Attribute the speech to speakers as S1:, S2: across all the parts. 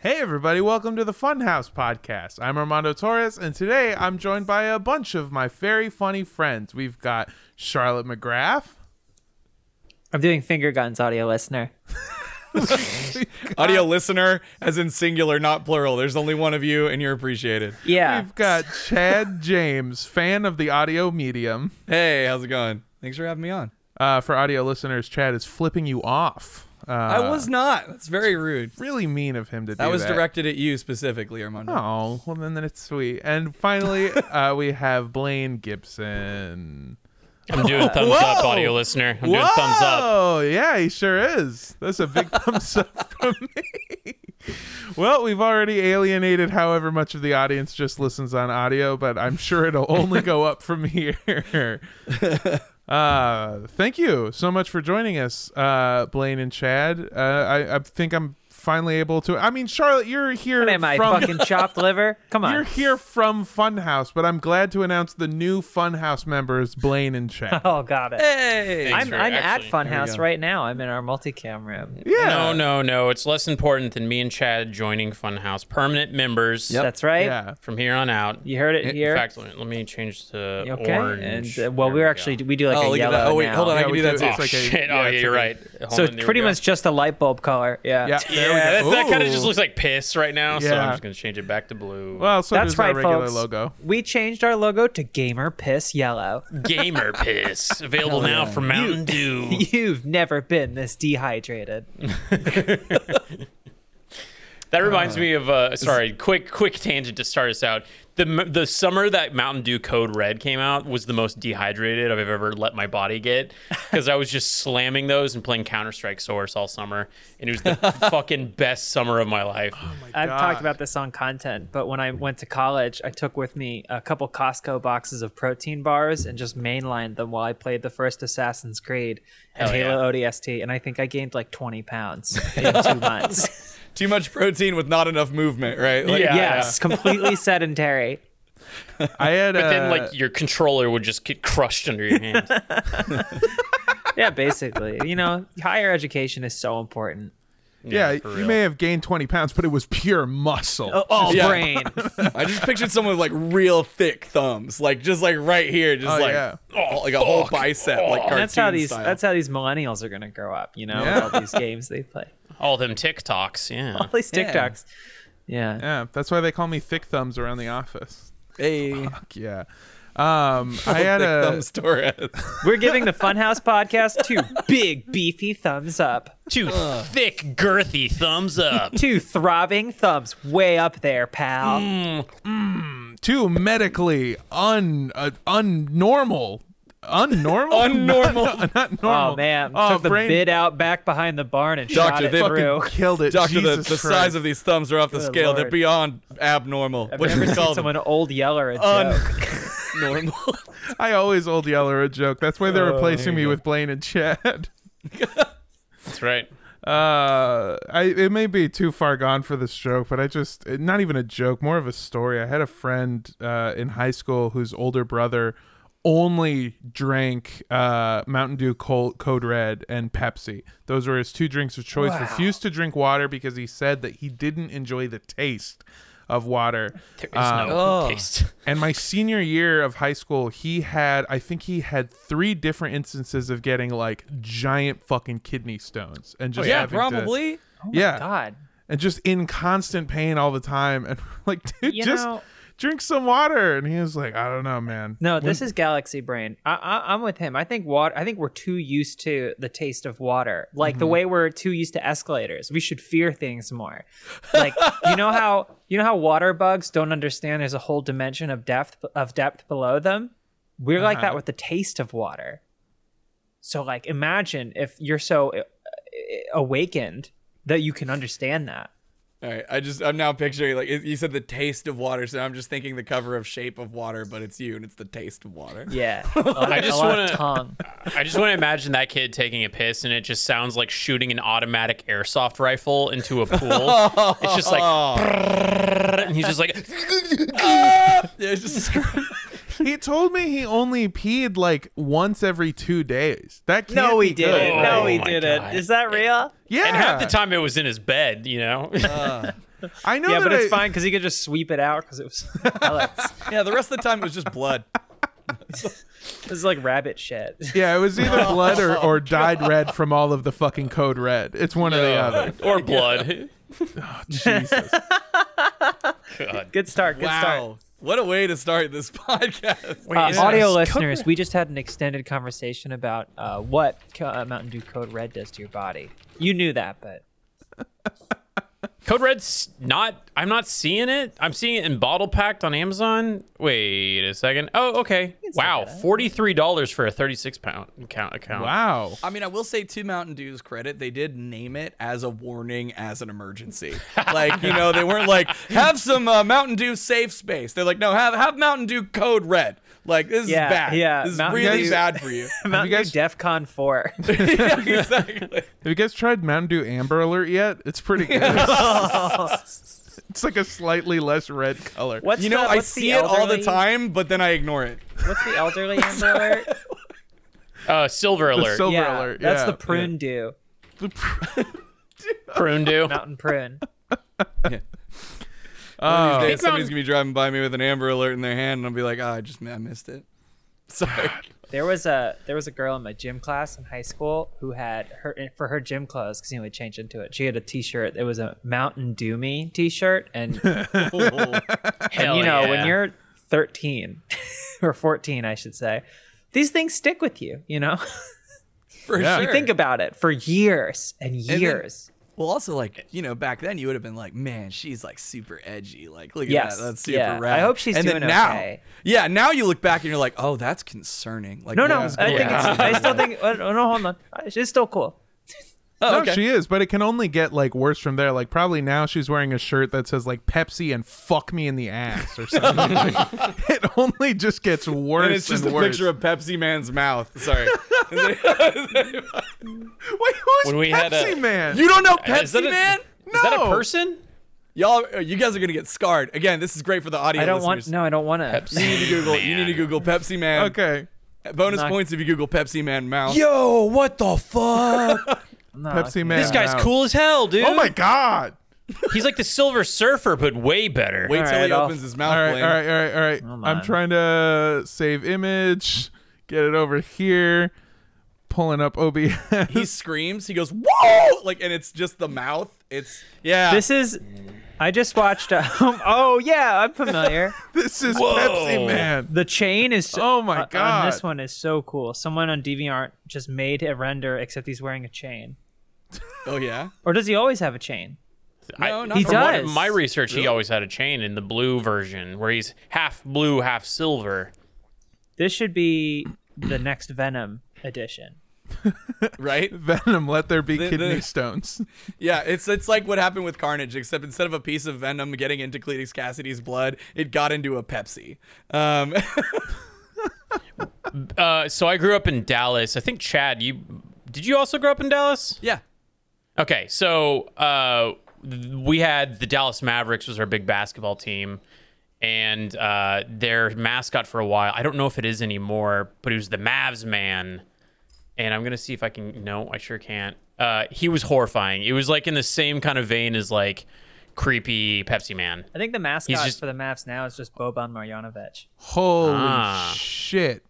S1: Hey, everybody, welcome to the Funhouse Podcast. I'm Armando Torres, and today I'm joined by a bunch of my very funny friends. We've got Charlotte McGrath.
S2: I'm doing finger guns, audio listener.
S1: Uh,
S3: Audio listener, as in singular, not plural. There's only one of you, and you're appreciated.
S2: Yeah.
S1: We've got Chad James, fan of the audio medium.
S3: Hey, how's it going? Thanks for having me on.
S1: Uh, for audio listeners, Chad is flipping you off. Uh,
S3: I was not. That's very rude.
S1: really mean of him to do
S3: That was
S1: that.
S3: directed at you specifically, Armando.
S1: Oh, well, then, then it's sweet. And finally, uh, we have Blaine Gibson.
S4: I'm doing thumbs up, audio listener. I'm doing thumbs up.
S1: Oh, yeah, he sure is. That's a big thumbs up from me. well, we've already alienated however much of the audience just listens on audio, but I'm sure it'll only go up from here. Uh, thank you so much for joining us, uh, Blaine and Chad. Uh, I, I think I'm finally able to. I mean, Charlotte, you're here
S2: What am I,
S1: from
S2: fucking chopped liver? Come on.
S1: you're here from Funhouse, but I'm glad to announce the new Funhouse members, Blaine and Chad.
S2: Oh, got it.
S3: Hey.
S4: Thanks
S2: I'm,
S4: for
S2: I'm at
S4: actually-
S2: Funhouse
S3: go.
S2: right now. I'm in our multicam room.
S1: Yeah.
S4: No, no, no. It's less important than me and Chad joining Funhouse. Permanent members
S2: That's right.
S1: Yeah.
S4: from here on out.
S2: You heard it here.
S4: In fact, let, let me change to
S2: You okay.
S4: orange.
S2: And uh, well,
S4: There
S2: we're
S4: go.
S2: actually we do like
S3: Oh,
S2: a
S3: look at
S2: yellow
S3: that. Oh, wait,
S2: now.
S3: hold on. I
S1: Yeah,
S3: can
S1: we
S3: do that
S1: do-
S3: too.
S4: Oh
S1: it's like a-
S4: shit!
S1: yeah,
S4: oh yeah,
S1: it's
S4: you're
S1: like a-
S4: right. Hold
S2: So
S4: on, there we
S2: pretty
S4: go.
S2: much just a light bulb color. Yeah.
S1: Yeah. there we
S4: Yeah,
S1: go.
S4: that, that kind of
S1: Ooh.
S4: just looks like piss right now. So
S1: Yeah.
S4: I'm just gonna change it back to blue.
S1: Well, so
S2: That's
S1: does our
S2: right,
S1: regular
S2: folks.
S1: logo.
S2: We changed our logo to gamer piss yellow.
S4: Gamer piss available now from Mountain Dew.
S2: You've never been this dehydrated.
S4: That reminds me of uh, sorry, quick quick tangent to start us out. The m- the summer that Mountain Dew Code Red came out was the most dehydrated I've ever let my body get because I was just slamming those and playing Counter Strike Source all summer, and it was the fucking best summer of my life.
S2: I've
S1: God.
S2: talked about this on content, but when I went to college, I took with me a couple Costco boxes of protein bars and just mainlined them while I played the first Assassin's Creed and
S4: Hell yeah.
S2: Halo ODST, and I think I gained like 20 pounds in two months.
S3: Too much protein with not enough movement, right? Like,
S4: Yeah.
S2: yes, completely sedentary.
S1: I had
S4: But
S1: uh,
S4: then like your controller would just get crushed under your hand.
S2: Yeah, basically. You know, higher education is so important.
S1: yeah,
S4: for
S1: you
S4: real.
S1: may have gained 20 pounds, but it was pure muscle.
S2: Oh, oh,
S3: Yeah.
S2: brain.
S3: I just pictured someone with like real thick thumbs, like just like right here, just
S1: Oh,
S3: like
S1: yeah. Oh,
S3: oh, like a whole bicep, like cartoon
S2: And that's how these
S3: style.
S2: that's how these millennials are going to grow up, you know,
S1: Yeah.
S2: with all these games they play.
S4: all them TikToks, yeah.
S2: All these
S3: Yeah.
S2: TikToks. Yeah.
S1: Yeah, that's why they call me Thick Thumbs around the office.
S3: hey,
S1: Fuck Yeah. Um, I had
S3: thick
S1: a
S3: thumbs Torres.
S2: We're giving the Funhouse podcast two big beefy thumbs up.
S4: Two thick, girthy thumbs up.
S2: two throbbing thumbs way up there, pal.
S3: Mm.
S1: two medically un uh, unnormal unnormal
S3: Unnormal.
S1: not, not normal.
S2: Oh man,
S1: oh,
S2: took the
S1: brain
S2: bid out back behind the barn and shot
S3: Doctor,
S2: it
S3: they
S1: fucking
S2: through.
S1: killed it.
S3: Doctor, the,
S1: Jesus
S3: the size
S1: Christ.
S3: of these thumbs are off the
S2: Good
S3: scale. They're
S2: lord.
S3: beyond abnormal.
S2: I've
S3: What
S2: never
S3: you
S2: seen
S3: call them?
S2: someone old yeller a
S3: Un-
S2: joke.
S3: normal.
S1: I always old yeller a joke. That's why they're replacing me with Blaine and Chad.
S4: That's right.
S1: Uh, I it may be too far gone for this joke, but I just it- not even a joke, more of a story. I had a friend uh, in high school whose older brother only drank uh, Mountain Dew Col- Code Red and Pepsi. Those were his two drinks of choice. Refused to drink water because he said that he didn't enjoy the taste of water.
S4: There is no taste.
S1: And my senior year of high school, he had, I think he had three different instances of getting like giant fucking kidney stones and just
S3: Oh, yeah,
S1: having to-
S3: probably.
S1: yeah,
S2: Oh God,
S1: and just in constant pain all the time. And we're like, dude,
S2: You
S1: just
S2: know-
S1: drink some water. And he was like, I don't know, man.
S2: no, this is galaxy brain. I, I, I'm with him. I think water. I think we're too used to the taste of water, like the way we're too used to escalators. We should fear things more. Like you know how you know how water bugs don't understand. There's a whole dimension of depth of depth below them. We're like that with the taste of water. So like imagine if you're so uh, awakened that you can understand that.
S3: All right, I just I'm now picturing like it- you said the taste of water, so I'm just thinking the cover of Shape of Water, but it's you and it's the taste of water.
S2: Yeah. A lot-
S4: I just
S2: a lot of tongue.
S4: wanna- I just want to imagine that kid taking a piss, and it just sounds like shooting an automatic airsoft rifle into a pool. it's just like, "Brrrr," and he's just like,
S3: Yeah, it's just
S1: he told me he only peed like once every two days. That can't
S2: No, he
S1: be good,
S2: didn't.
S4: Oh
S1: right?
S2: no, he
S4: my
S2: didn't.
S4: God.
S2: Is that real?
S1: Yeah.
S4: and half the time it was in his bed, you know.
S1: I know
S2: yeah,
S1: that
S2: but it's
S1: I-
S2: fine because he could just sweep it out because it was pellets.
S3: Yeah, the rest of the time it was just blood.
S2: This is like rabbit shit.
S1: Yeah, it was either blood or,
S2: Oh,
S1: or dyed red from all of the fucking code red. It's one or the other.
S4: or blood.
S1: Jesus.
S4: God.
S2: Good start. Good start.
S3: Wow. What a way to start this podcast.
S2: Uh,
S1: is
S2: audio
S1: this
S2: listeners, we just had an extended conversation about uh, what co- uh, Mountain Dew Code Red does to your body. You knew that, but
S4: Code Red's not. I'm not seeing it. I'm seeing it in bottle packed on Amazon. Wait a second. Oh, okay. Wow, forty three dollars for a thirty six pound account. Account.
S1: Wow.
S3: I mean, I will say to Mountain Dew's credit, they did name it as a warning, as an emergency. Like, you know, they weren't like, have some uh, Mountain Dew safe space. They're like, no, have have Mountain Dew code red. Like, this
S2: Yeah,
S3: is bad.
S2: yeah,
S3: This is
S2: Mountain
S3: really
S1: Dew-
S3: bad for you.
S2: Mountain
S1: guys-
S2: Dew DEF CON 4.
S3: Yeah, exactly.
S1: Have you guys tried Mountain Dew Amber Alert yet? It's pretty good. it's like a slightly less red color.
S2: What's
S3: You know,
S2: the,
S3: I
S2: what's the
S3: see it all the
S2: elderly-
S3: time, but then I ignore it.
S2: What's the elderly Amber Alert?
S4: Uh, silver
S1: The
S4: alert.
S1: silver
S2: yeah,
S1: alert.
S2: that's
S1: yeah.
S2: the prune dew.
S4: Prune do.
S2: Mountain prune.
S3: One of these days,
S4: Pink
S3: somebody's
S4: Mountain-
S3: gonna be driving by me with an Amber Alert in their hand, and I'll be like, "Ah, I just I missed it. Sorry.
S2: There was a there was a girl in my gym class in high school who had her eh, for her gym clothes because you know we changed into it. She had a T-shirt. It was a Mountain Dew Me T-shirt, and
S4: Hell
S2: you know
S4: yeah.
S2: when you're 13 or 14, I should say, these things stick with you. You know,
S3: For
S1: Yeah.
S3: sure.
S1: You
S2: you think about it for years and
S3: then-
S2: years.
S3: well, also like you know, back then you would have been like, "Man, she's like super edgy. Like, look
S2: Yes,
S3: at that. That's super
S2: yeah.
S3: rad."
S2: I hope she's
S3: and
S2: doing
S3: then now,
S2: okay.
S3: Yeah, now you look back and you're like, "Oh, that's concerning." Like,
S2: no,
S3: what
S2: no, I
S3: was
S2: think
S3: going
S4: Yeah.
S2: it's,
S3: on?
S2: I still think. Oh, no, hold on, she's still cool.
S3: Oh,
S1: No,
S3: okay.
S1: she is, but it can only get like worse from there. Like probably now she's wearing a shirt that says like Pepsi and fuck me in the ass or something. Like, it only just gets worse.
S3: and it's just a
S1: worse.
S3: picture of Pepsi Man's mouth. Sorry,
S1: Wait, who's
S4: When we had
S1: Pepsi
S4: a-
S1: Man?
S3: you don't know
S4: Is that
S3: Pepsi
S4: a-
S3: Man?
S4: Is that a
S1: No.
S4: person?
S3: Y'all, uh, you guys are gonna get scarred. Again, this is great for the audio.
S2: I don't want.
S3: listeners.
S2: No, I don't want to.
S4: Pepsi
S3: You need to Google. You
S4: Man.
S3: need to Google Pepsi Man.
S1: okay.
S3: Bonus
S2: Not-
S3: points if you Google Pepsi Man mouth.
S4: Yo, what the fuck?
S1: Pepsi Man.
S4: this guy's
S1: out.
S4: cool as hell, dude.
S1: Oh my god.
S4: He's like the Silver Surfer, but way better.
S3: Wait till
S2: All right,
S3: he
S2: I'll-
S3: opens his mouth.
S1: All right, all
S3: Blaine.
S1: right, all right, all right. I'm
S2: man.
S1: trying to save image, get it over here, pulling up OBS.
S3: He screams. He goes, "Whoa!" Like, and it's just the mouth. It's yeah.
S2: This is. I just watched. Um, oh yeah, I'm familiar.
S1: this is
S4: Whoa.
S1: Pepsi Man.
S2: The chain is. So,
S1: Oh my
S2: uh, um,
S1: God.
S2: this one is so cool. Someone on DeviantArt just made a render, except he's wearing a chain.
S3: oh yeah.
S2: Or does he always have a chain?
S3: No,
S4: I,
S3: not
S2: He
S3: from
S4: From what-
S2: does.
S4: my research, he always had a chain in the blue version where he's half blue, half silver.
S2: This should be the next Venom edition.
S3: what- right.
S1: Venom, let there be
S3: The-
S1: kidney
S3: the-
S1: stones.
S3: Yeah. It's it's like what happened with Carnage, except instead of a piece of venom getting into Cletus Cassidy's blood, it got into a Pepsi. Um,
S4: Uh, so I grew up in Dallas. I think Chad, you did you also grow up in Dallas?
S3: yeah.
S4: Okay, so uh, we had the Dallas Mavericks was our big basketball team, and uh, their mascot for a while. I don't know if it is anymore, but he was the Mavs man. And I'm gonna see if I can. No, I sure can't. Uh, he was horrifying. It was like in the same kind of vein as like creepy Pepsi Man.
S2: I think the mascot
S4: just-
S2: for the Mavs now is just Boban Marjanovic.
S1: Holy
S4: Ah.
S1: shit.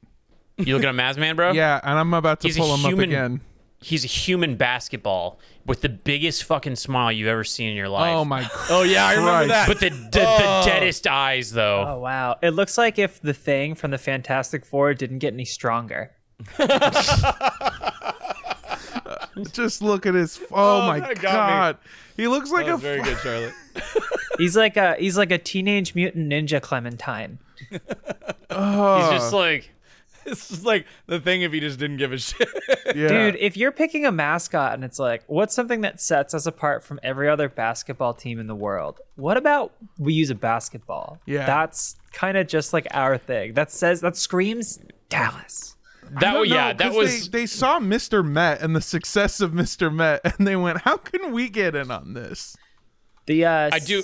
S4: You looking at Mavs man, bro?
S1: Yeah, and I'm about to
S4: He's a
S1: pull him up
S4: human
S1: again.
S4: He's a human basketball with the biggest fucking smile you've ever seen in your life.
S1: Oh my Oh. god.
S3: Oh yeah. I remember
S1: Christ.
S3: that.
S4: But the the, the deadest eyes though.
S2: Oh wow! It looks like if the thing from the Fantastic Four didn't get any stronger.
S1: Just look at his Oh, my
S3: that got me.
S1: god. He looks like
S3: that
S1: a
S3: was very
S1: fu-
S3: good, Charlotte.
S2: He's like a he's like a teenage mutant ninja Clementine.
S1: Oh.
S4: He's just like
S3: it's just like the thing if he just didn't give a shit.
S1: yeah.
S2: Dude, if you're picking a mascot and it's like, what's something that sets us apart from every other basketball team in the world? What about we use a basketball?
S1: Yeah.
S2: That's kind of just like our thing. That says, that screams Dallas.
S4: that.
S1: No,
S4: was yeah,
S1: 'cause
S4: that was
S1: they, they saw Mr. Met and the success of Mr. Met and they went, How can we get in on this?
S2: The, uh,
S4: I do.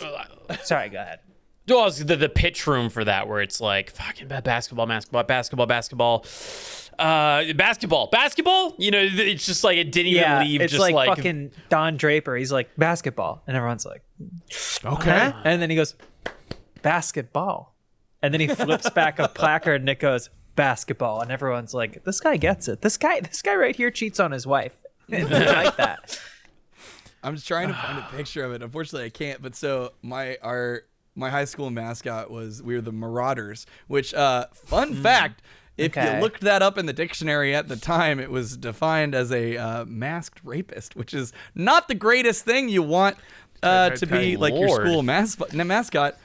S2: Sorry, go ahead.
S4: Well, it's the, the pitch room for that, where it's like fucking bad basketball, basketball, basketball, basketball. Uh, basketball, basketball. You know, th- it's just like it didn't
S2: yeah,
S4: even leave.
S2: it's
S4: just
S2: like,
S4: like,
S2: fucking Don Draper. He's like basketball, and everyone's like,
S1: Okay.
S2: "Huh?" and then he goes basketball, and then he flips back a placard and it goes basketball, and everyone's like, this guy gets it. This guy, this guy right here cheats on his wife. I like that.
S3: I'm just trying to find a picture of it. Unfortunately, I can't. But so my our my high school mascot was we were the Marauders, which uh fun fact. If
S2: Okay.
S3: you looked that up in the dictionary at the time, it was defined as a uh, masked rapist, which is not the greatest thing you want uh, to be
S1: Okay.
S3: like your
S4: Lord.
S3: school mascot. mascot.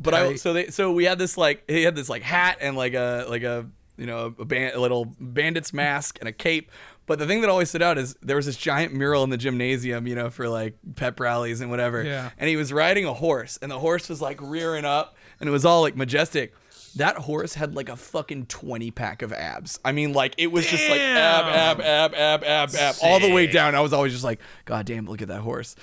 S3: But I, so they so we had this like he had this like hat and like a like a you know a, ban- a little bandit's mask and a cape. But the thing that always stood out is there was this giant mural in the gymnasium, you know, for like pep rallies and whatever.
S1: Yeah.
S3: And he was riding a horse, and the horse was like rearing up, and it was all like majestic. That horse had like a fucking twenty pack of abs. I mean, like it was just like ab, ab, ab, ab, ab, ab, all the way
S4: Sick.
S3: down. I was always just like, God damn, look at that horse.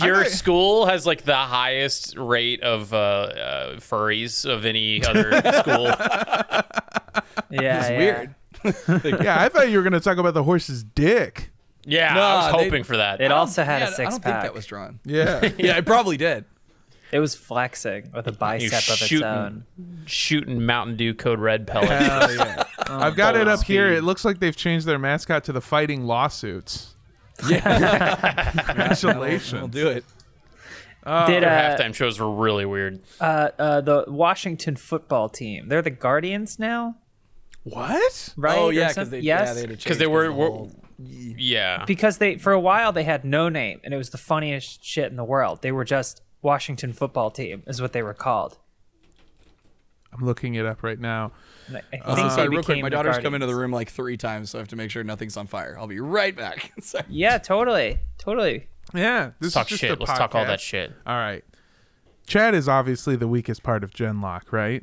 S4: your school has like the highest rate of uh, uh, furries of any other school.
S2: Yeah,
S3: It's
S2: yeah.
S3: weird.
S1: Yeah, I thought you were gonna talk about the horse's dick.
S4: Yeah, I
S3: Nah,
S4: was
S3: they-
S4: hoping for that.
S2: It also had
S3: Yeah,
S2: a six
S3: I don't
S2: pack.
S3: think that was drawn.
S1: Yeah.
S3: Yeah, it probably did.
S2: It was flexing with a
S4: you
S2: bicep of its
S4: shooting,
S2: own.
S4: shooting Mountain Dew Code Red pellets.
S3: Oh,
S1: Hell yeah. I've got it up
S4: Oh, Speed.
S1: here. It looks like they've changed their mascot to the fighting lawsuits.
S3: We'll
S1: Congratulations.
S3: do it. Oh,
S2: Did
S4: Their
S2: uh,
S4: halftime shows were really weird.
S2: uh, uh, the Washington football team? They're the Guardians now,
S1: What?
S2: right?
S3: oh
S2: Or
S3: yeah, because
S2: some-
S3: they
S2: yes,
S3: yeah, they had to
S4: Because
S3: change
S4: they were,
S3: the
S4: were
S3: whole-
S4: yeah.
S2: because they for a while they had no name and it was the funniest shit in the world. They were just Washington football team is what they were called.
S1: I'm looking it up right now.
S2: And I I think
S3: Oh,
S2: they
S3: I'm sorry, real quick.
S2: became
S3: My
S2: the
S3: daughter's come into
S2: Guardians.
S3: the room like three times, so I have to make sure nothing's on fire. I'll be right back. Sorry.
S2: Yeah, totally, totally.
S1: Yeah. This
S4: Let's talk
S1: is just
S4: shit.
S1: a
S4: Let's talk all that
S1: podcast.
S4: shit.
S1: All right. Chad is obviously the weakest part of Genlock, right?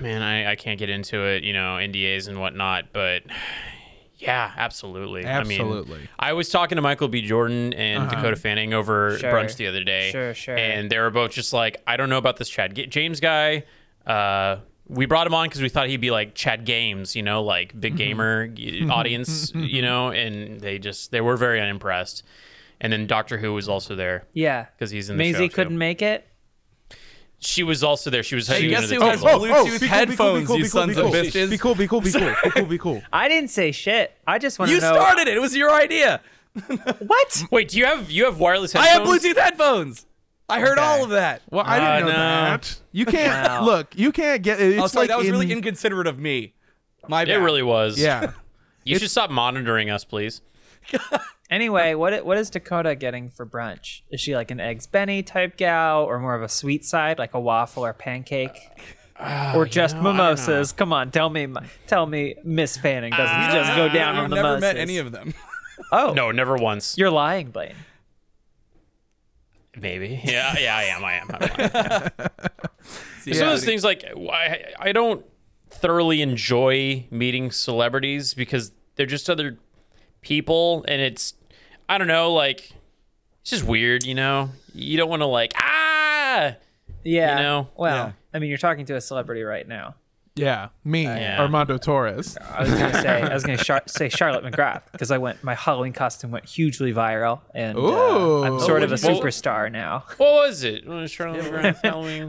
S4: Man, I, I can't get into it, you know, NDAs and whatnot, but yeah, absolutely. I mean,
S1: Absolutely.
S4: I was talking to Michael B. Jordan and
S3: Uh-huh.
S4: Dakota Fanning over
S2: Sure.
S4: brunch the other day.
S2: Sure, sure.
S4: And they were both just like, I don't know about this Chad Ga- James guy. Uh, we brought him on because we thought he'd be like Chad Games, you know, like
S3: Mm-hmm.
S4: big gamer y- audience, you know, and they just, they were very unimpressed. And then Doctor Who was also there.
S2: Yeah,
S4: 'Cause he's in the
S2: Maisie
S4: show, too.
S2: couldn't make it.
S4: She was also there. She was
S3: Hey,
S4: she was
S3: guess
S4: under the
S3: who has
S4: table.
S3: Bluetooth headphones, you sons
S1: Oh, be cool.
S3: of bitches.
S1: Be cool, be cool, be cool, be cool, be cool.
S2: I didn't say shit. I just want to
S3: You
S2: know
S3: started it. It was your idea.
S2: what.
S4: Wait, do you have you have wireless
S3: I have
S4: headphones?
S3: Bluetooth headphones. I heard all of that.
S1: Well, I didn't
S4: Uh,
S1: know
S4: no.
S1: that. You can't
S2: Wow.
S1: look. You can't get. It's
S3: Oh, sorry,
S1: like
S3: that was
S1: in-
S3: really inconsiderate of me. My
S4: It
S3: bad.
S4: really was.
S1: Yeah.
S4: You should stop monitoring us, please.
S2: Anyway, what i- what is Dakota getting for brunch? Is she like an eggs Benny type gal, or more of a sweet side, like a waffle or pancake, or just
S4: Uh, know, I don't
S2: mimosas? Come on, tell me, tell me, Miss Fanning doesn't
S3: We
S4: Uh,
S3: don't
S2: just go
S3: know.
S2: down on
S3: I've
S2: the
S3: never
S2: mimosas.
S3: met any of them.
S2: oh,
S4: No, never once.
S2: you're lying, Blaine.
S4: Maybe. Yeah, yeah, I am. I am. I'm lying.
S3: Yeah.
S4: Some of those things, like I, I don't thoroughly enjoy meeting celebrities because they're just other people, and it's, I don't know, like it's just weird, you know. You don't want to like ah,
S2: Yeah.
S4: You know?
S2: Well,
S3: Yeah.
S2: I mean, you're talking to a celebrity right now.
S1: Yeah. Me,
S4: Yeah.
S1: Armando Torres.
S2: I was gonna say I was gonna char- say Charlotte McGrath because I went my Halloween costume went hugely viral, and uh, I'm
S1: Ooh.
S2: sort
S4: Oh,
S2: of a
S4: what'd you do?
S2: superstar now.
S4: what was it? Oh, it's Charlie Brown's Halloween.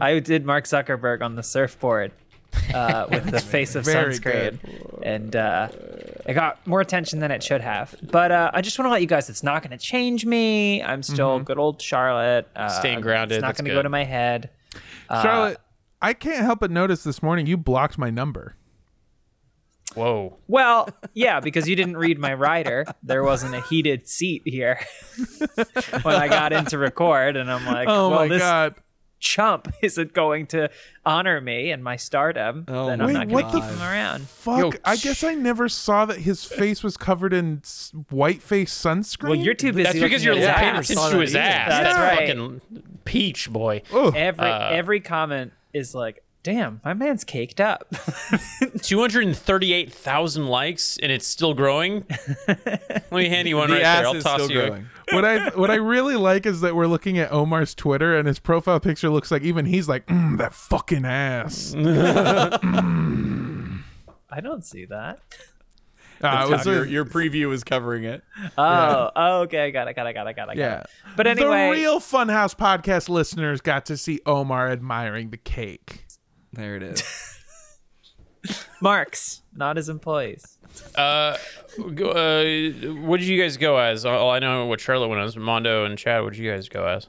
S2: I did Mark Zuckerberg on the surfboard uh, with the face of
S1: Very
S2: sunscreen, and uh, it got more attention than it should have. But uh, I just want to let you guys, it's not going to change me. I'm still
S1: Mm-hmm.
S2: good old Charlotte. Uh,
S4: Staying grounded,
S2: It's not
S4: that's
S2: going to
S4: good.
S2: go to my head.
S1: Charlotte, I can't help but notice this morning you blocked my number.
S4: Whoa.
S2: Well, yeah, because you didn't read my rider. There wasn't a heated seat here when I got in to record, and I'm like,
S1: Oh
S2: well,
S1: my
S2: this
S1: god.
S2: chump isn't going to honor me and my stardom. then I'm
S1: Oh my
S2: not going
S1: God.
S2: to keep him around.
S1: Fuck.
S4: Yo,
S1: I guess I never saw that his face was covered in s- white face sunscreen.
S2: Well, you're too busy.
S4: That's because you're
S2: looking at his
S4: paying
S2: ass.
S4: attention to his ass.
S2: That's
S4: That's
S2: right.
S4: fucking peach boy.
S1: Ugh.
S2: every
S4: Uh,
S2: every comment is like damn my man's caked up
S4: 238,000 likes and it's still growing. Let me hand you one
S3: The
S4: right
S3: ass
S4: there. I'll
S3: is
S4: toss
S3: still
S4: you.
S3: growing.
S1: what I what I really like is that we're looking at Omar's Twitter and his profile picture looks like even he's like mm, that fucking ass.
S2: i I don't see that.
S1: Uh, it was
S3: your,
S1: a-
S3: your preview is covering it.
S2: Oh, oh, okay, I got it, got it, got it, got it. got
S1: yeah.
S2: it. But anyway,
S1: the real Funhouse podcast listeners got to see Omar admiring the cake.
S3: There it is.
S2: Marks, not his employees.
S4: Uh, go- uh, what did you guys go as? Oh, I know what Charlotte went as. Mondo and Chad, what did you guys go as?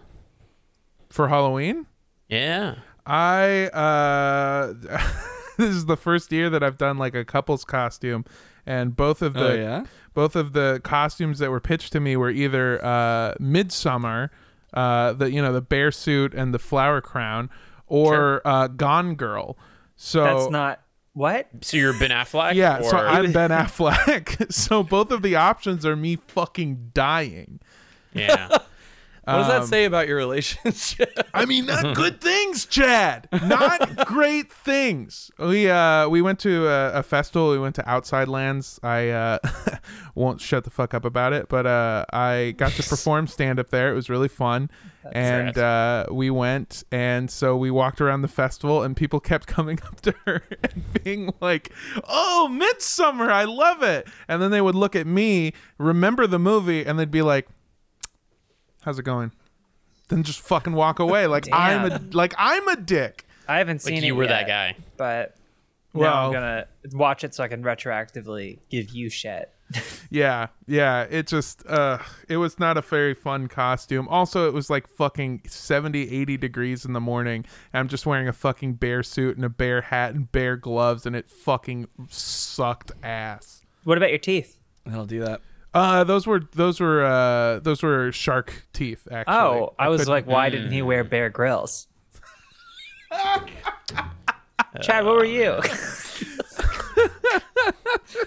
S1: For Halloween,
S4: Yeah.
S1: I uh this is the first year that I've done like a couple's costume and both of the
S3: Oh, yeah?
S1: both of the costumes that were pitched to me were either uh Midsummer, uh the you know the bear suit and the flower crown or uh Gone Girl. So
S2: That's not what.
S4: So you're Ben Affleck?
S1: yeah, so
S4: or-
S1: I'm Ben Affleck. so both of the options are me fucking dying.
S4: yeah.
S3: What does that say about your relationship?
S1: I mean, not good things, Chad. Not great things. We uh, we went to a, a festival. We went to Outside Lands. I uh, won't shut the fuck up about it, but uh, I got to perform stand up there. It was really fun, and uh, we went, and so we walked around the festival, and people kept coming up to her and being like, "Oh, Midsummer, I love it," and then they would look at me, remember the movie, and they'd be like, "How's it going?" Then just fucking walk away. Like I'm a
S2: Damn.
S1: like I'm a dick.
S2: I haven't seen
S4: Like
S2: it
S4: you were
S2: yet,
S4: that guy.
S2: But now
S1: Well-
S2: I'm gonna watch it so I can retroactively give you shit.
S1: Yeah, yeah. It just uh it was not a very fun costume. Also, it was like fucking 70, 80 degrees in the morning. And I'm just wearing a fucking bear suit and a bear hat and bear gloves and it fucking sucked ass.
S2: What about your teeth?
S3: I'll do that.
S1: Uh those were those were uh those were shark teeth actually.
S2: Oh, I, was
S1: couldn't-
S2: like, why didn't he wear Bear grills? Chad, what were you?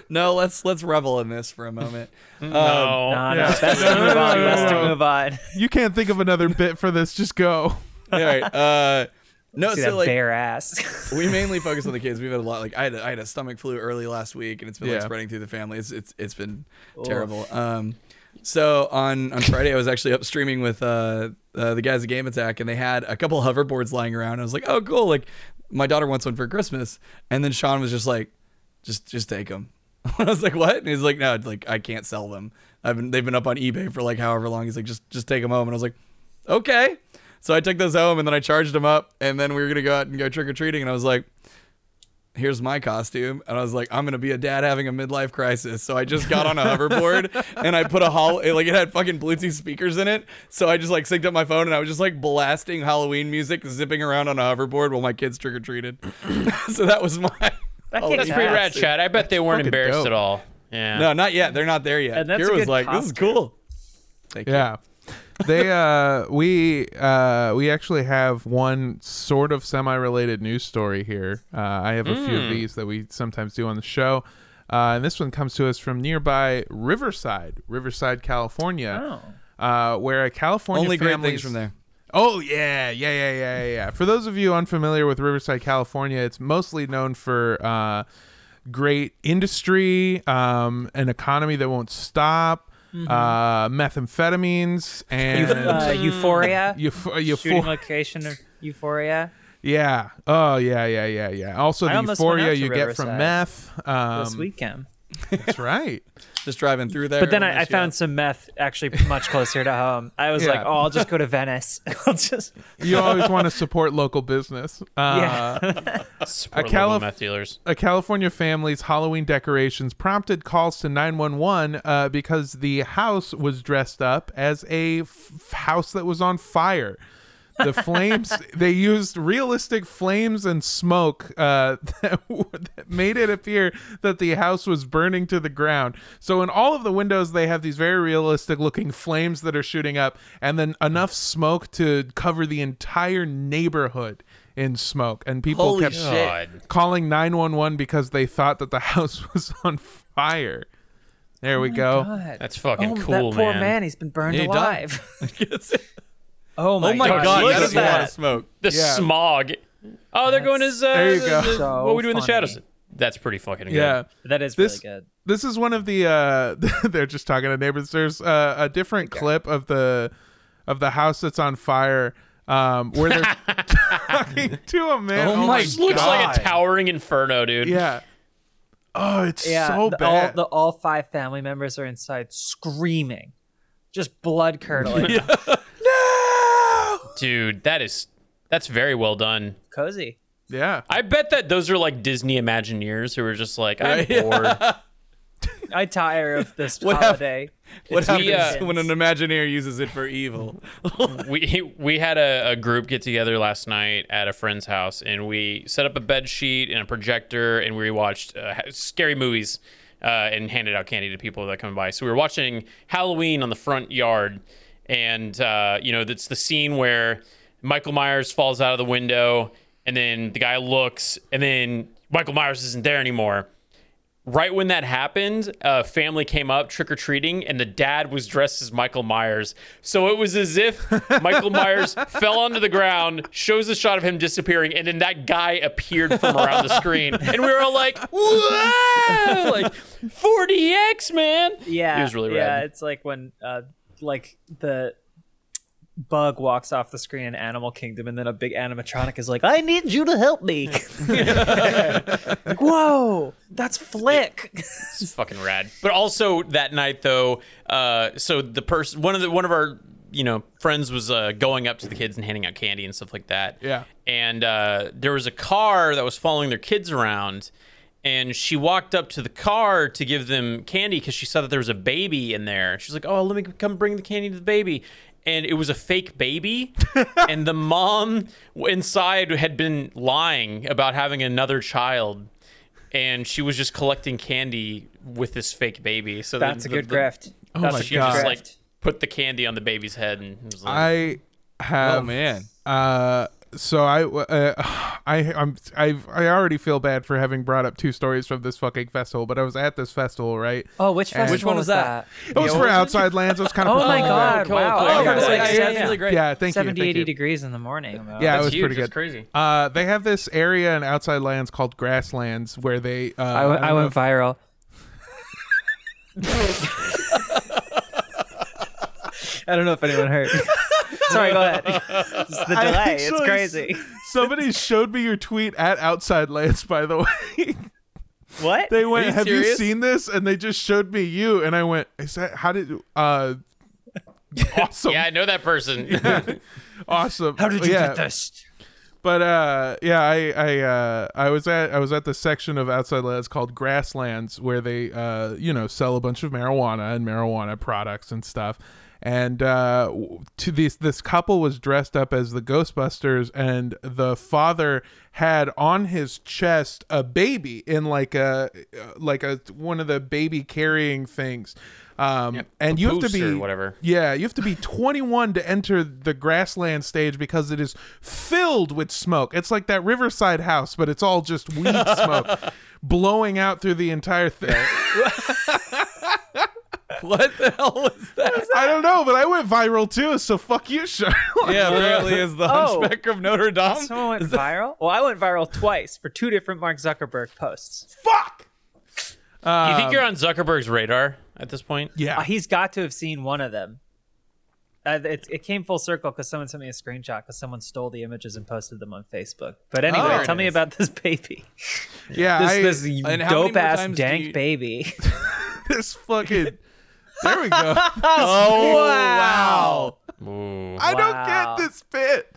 S3: No, let's let's revel in this for a moment.
S2: Oh,
S1: Oh,
S2: no,
S4: No.
S2: no, best to move on. Best to move on.
S1: you can't think of another bit for this. Just go.
S3: All right. Uh, no,
S2: See
S3: so
S2: that
S3: like
S2: bare ass.
S3: we mainly focus on the kids. We've had a lot. Like I had a, I had a stomach flu early last week, and it's been like
S1: Yeah.
S3: spreading through the family. It's it's, it's been terrible. Um, so on on Friday, I was actually up streaming with uh, uh the guys at Game Attack, and they had a couple hoverboards lying around. I was like, oh cool. Like my daughter wants one for Christmas, and then Sean was just like, just just take them. I was like, what? And he's like, no, like I can't sell them. I've been, they've been up on eBay for like however long. He's like, just just take them home. And I was like, okay. So I took those home and then I charged them up, and then we were gonna go out and go trick or treating, and I was like, here's my costume and i was like i'm gonna be a dad having a midlife crisis so i just got on a hoverboard and i put a hol it, like it had fucking bluetooth speakers in it so i just like synced up my phone and i was just like blasting halloween music zipping around on a hoverboard while my kids trick-or-treated so that was my
S2: That
S3: Oh,
S2: kicks
S3: it's
S4: It's pretty
S2: ass.
S4: rad, Chad. I bet they weren't
S1: fucking
S4: embarrassed
S1: dope.
S4: at all. Yeah.
S3: no not yet they're not there yet
S2: And that's
S3: Kira
S2: a
S3: was
S2: good
S3: like this is cool Thank you.
S1: Yeah. they uh we uh we actually have one sort of semi-related news story here. Uh, I have a few of these that we sometimes do on the show. Uh, and this one comes to us from nearby Riverside, Riverside, California,
S2: Oh.
S1: uh, where a California
S3: only great
S1: family's-
S3: things from there
S1: Oh yeah, yeah, yeah, yeah, yeah, yeah. For those of you unfamiliar with Riverside, California, it's mostly known for uh, great industry, um, an economy that won't stop, uh, methamphetamines, and
S2: Uh, Euphoria.
S1: euph-
S2: Shooting
S1: euphor-
S2: location of Euphoria.
S1: yeah. Oh yeah, yeah, yeah, yeah. Also,
S2: I
S1: the
S2: almost went
S1: euphoria
S2: out to
S1: you get from
S2: Riverside
S1: meth. Um,
S2: this weekend.
S1: That's right.
S3: just driving through there
S2: But then
S3: and
S2: I, I
S3: this-
S2: found some meth actually much closer to home. I was like,
S1: Yeah.
S2: oh, I'll just go to Venice. I'll just
S1: You always want to support local business. Uh,
S2: yeah.
S4: Support
S1: A
S4: local
S1: Calif-
S4: meth dealers.
S1: a California family's Halloween decorations prompted calls to 911 uh, because the house was dressed up as a f- house that was on fire. The flames, they used realistic flames and smoke uh, that, w- that made it appear that the house was burning to the ground. So, in all of the windows, they have these very realistic looking flames that are shooting up, and then enough smoke to cover the entire neighborhood in smoke. And people
S3: Holy
S1: kept
S3: shit.
S4: God.
S1: calling 911 because they thought that the house was on fire. There
S3: Oh
S1: we go.
S2: God.
S4: That's fucking
S2: oh,
S4: cool,
S2: that poor
S4: man.
S2: man. He's been burned
S3: He died.
S2: alive.
S3: It's-
S2: oh my,
S3: oh my god,
S2: Look
S3: that
S2: at
S3: is a lot
S2: that.
S3: of smoke
S4: The
S1: Yeah.
S4: smog. Oh, they're going as uh,
S1: There you
S4: the-
S1: go.
S4: the-
S2: So
S4: what we do in the
S2: funny.
S4: shadows. That's pretty fucking good.
S1: Yeah.
S2: That is
S1: This-
S2: really good.
S1: This is one of the uh they're just talking to neighbors. There's uh, a different clip of the of the house that's on fire um where they're talking to a man.
S3: Oh my
S4: This looks like
S3: God.
S4: a towering inferno, dude.
S1: Yeah. Oh, it's
S2: Yeah,
S1: so
S2: the, all
S1: bad.
S2: the all five family members are inside screaming, just blood curdling.
S4: dude. That is that's very well done.
S2: Cozy.
S1: yeah.
S3: Oh,
S4: I bet that those are like Disney Imagineers who are just like, I'm
S3: Right.
S4: bored.
S2: I tire of this
S3: What hap-
S2: holiday.
S3: What
S4: We,
S3: happens
S2: uh,
S3: when an Imagineer uses it for evil?
S4: we we had a, a group get together last night at a friend's house and we set up a bed sheet and a projector and we watched uh, ha- scary movies uh, and handed out candy to people that come by so we were watching halloween on the front yard and uh, you know that's the scene where michael myers falls out of the window and then the guy looks and then michael myers isn't there anymore right when that happened, a family came up trick or treating, and the dad was dressed as Michael Myers. So it was as if Michael Myers fell onto the ground, shows a shot of him disappearing, and then that guy appeared from around the screen, and we were all like, "Whoa!" Like 40x, man.
S2: Yeah,
S4: it was really
S2: yeah.
S4: rad.
S2: It's like when, uh, like the bug walks off the screen in Animal Kingdom, and then a big animatronic is like, "I need you to help me." Like, Whoa, that's Flick.
S4: It's fucking rad. But also that night though, uh, so the person, one of the one of our you know friends was uh, going up to the kids and handing out candy and stuff like that.
S1: Yeah.
S4: And uh, there was a car that was following their kids around, and she walked up to the car to give them candy because she saw that there was a baby in there. She's like, "Oh, let me come bring the candy to the baby." And it was a fake baby, and the mom inside had been lying about having another child and she was just collecting candy with this fake baby. So the-
S2: That's a
S4: the-
S2: good
S4: the-
S2: graft.
S1: Oh
S2: that's
S1: my
S2: a
S4: She
S2: good
S1: God.
S4: just
S2: graft.
S4: like put the candy on the baby's head and it was like,
S1: I
S3: Oh
S1: have
S3: man.
S1: Uh, so I, uh, I, I'm, I've, I already feel bad for having brought up two stories from this fucking festival, but I was at this festival, right?
S2: Oh, which
S1: And-
S2: festival
S1: Which
S3: one
S2: was
S3: was that?
S2: that?
S1: It was for Outside Lands. I was kind of.
S2: Oh my
S1: performing
S2: God!
S1: there.
S2: wow,
S4: cool,
S2: Oh,
S4: cool.
S2: it was like
S4: Yeah,
S3: yeah,
S2: seven-
S3: it's really great.
S1: Yeah, thank you.
S2: 70,
S1: thank
S2: 80
S1: you.
S2: degrees in the morning. I'm out.
S1: Yeah,
S4: That's
S1: it was
S4: huge,
S1: pretty
S4: that's
S1: good.
S4: crazy.
S1: Uh, they have this area in Outside Lands called Grasslands where they. Uh,
S2: I, went-
S1: don't
S2: I
S1: know
S2: went
S1: if-
S2: viral. I don't know if anyone heard. Sorry, go ahead. It's the
S1: I
S2: delay. it's
S1: actually-
S2: crazy.
S1: Somebody showed me your tweet at Outside Lands, by the way.
S2: What?
S1: they went,
S3: you
S1: Have you
S3: serious?
S1: seen this? And they just showed me you. And I went, Is that, how did, uh, awesome.
S4: yeah, I know that person.
S1: Awesome.
S2: How did you
S1: yeah.
S2: get this?
S1: But uh, yeah, I I uh, I was at I was at the section of outside lands called grasslands where they uh, you know sell a bunch of marijuana and marijuana products and stuff. And uh, w- to this this couple was dressed up as the Ghostbusters, and the father had on his chest a baby in like a uh, like a one of the baby carrying things. Um, and you have to
S4: papoose
S1: be
S4: or whatever.
S1: yeah, you have to be 21 to enter the grassland stage because it is filled with smoke. It's like that Riverside house, but it's all just weed smoke blowing out through the entire thing.
S3: What the hell was that?
S1: I don't know, but I went viral too, so fuck you, Charlotte.
S3: Yeah, apparently is the
S2: Oh.
S3: Hunchback of Notre Dame.
S2: Someone went viral? Well, I went viral twice for two different Mark Zuckerberg posts.
S1: Fuck.
S4: you think you're on Zuckerberg's radar at this point?
S1: Um, Yeah.
S2: Uh, he's got to have seen one of them. Uh, it, it came full circle because someone sent me a screenshot because someone stole the images and posted them on Facebook. But anyway,
S3: Oh.
S2: tell me about this baby.
S1: yeah, I-
S2: This,
S1: this,
S2: this
S3: And how many more
S2: dope ass
S3: times do
S2: dank
S3: you-
S2: baby.
S1: fucking. There we go.
S3: Oh
S2: Wow.
S4: Ooh.
S1: I
S2: Wow.
S1: don't get this bit.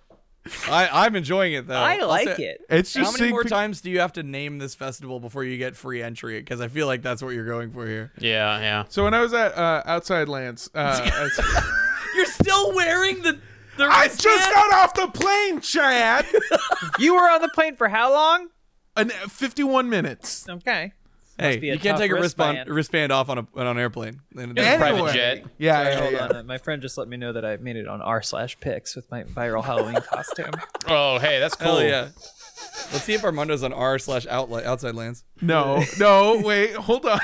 S3: I, I'm enjoying it though.
S2: I
S3: Oh, I'll
S2: like
S3: say-
S2: it.
S1: It's just
S3: How many
S1: seeing
S3: more
S1: pic-
S3: times do you have to name this festival before you get free entry? Because I feel like that's what you're going for here.
S4: Yeah, yeah.
S1: So when I was at uh, Outside Lands, uh, I-
S3: You're still wearing the. the
S1: I just got off the plane, Chad.
S2: You were on the plane for how long?
S1: An, 51 minutes.
S2: Okay.
S3: Hey,
S2: be a
S3: you can't
S2: tough
S3: take a wristband,
S2: wristband.
S3: wristband off on a on an airplane. And-
S4: It's a private
S1: Anyway.
S4: jet.
S1: Yeah,
S2: Sorry,
S1: yeah,
S2: hold
S1: yeah.
S2: on. Uh, My friend just let me know that I made it on r slash pics with my viral Halloween costume.
S4: Oh, hey, that's cool.
S3: Hell yeah. Let's see if Armando's on R slash outlet outside lands.
S1: No, no, wait, hold on.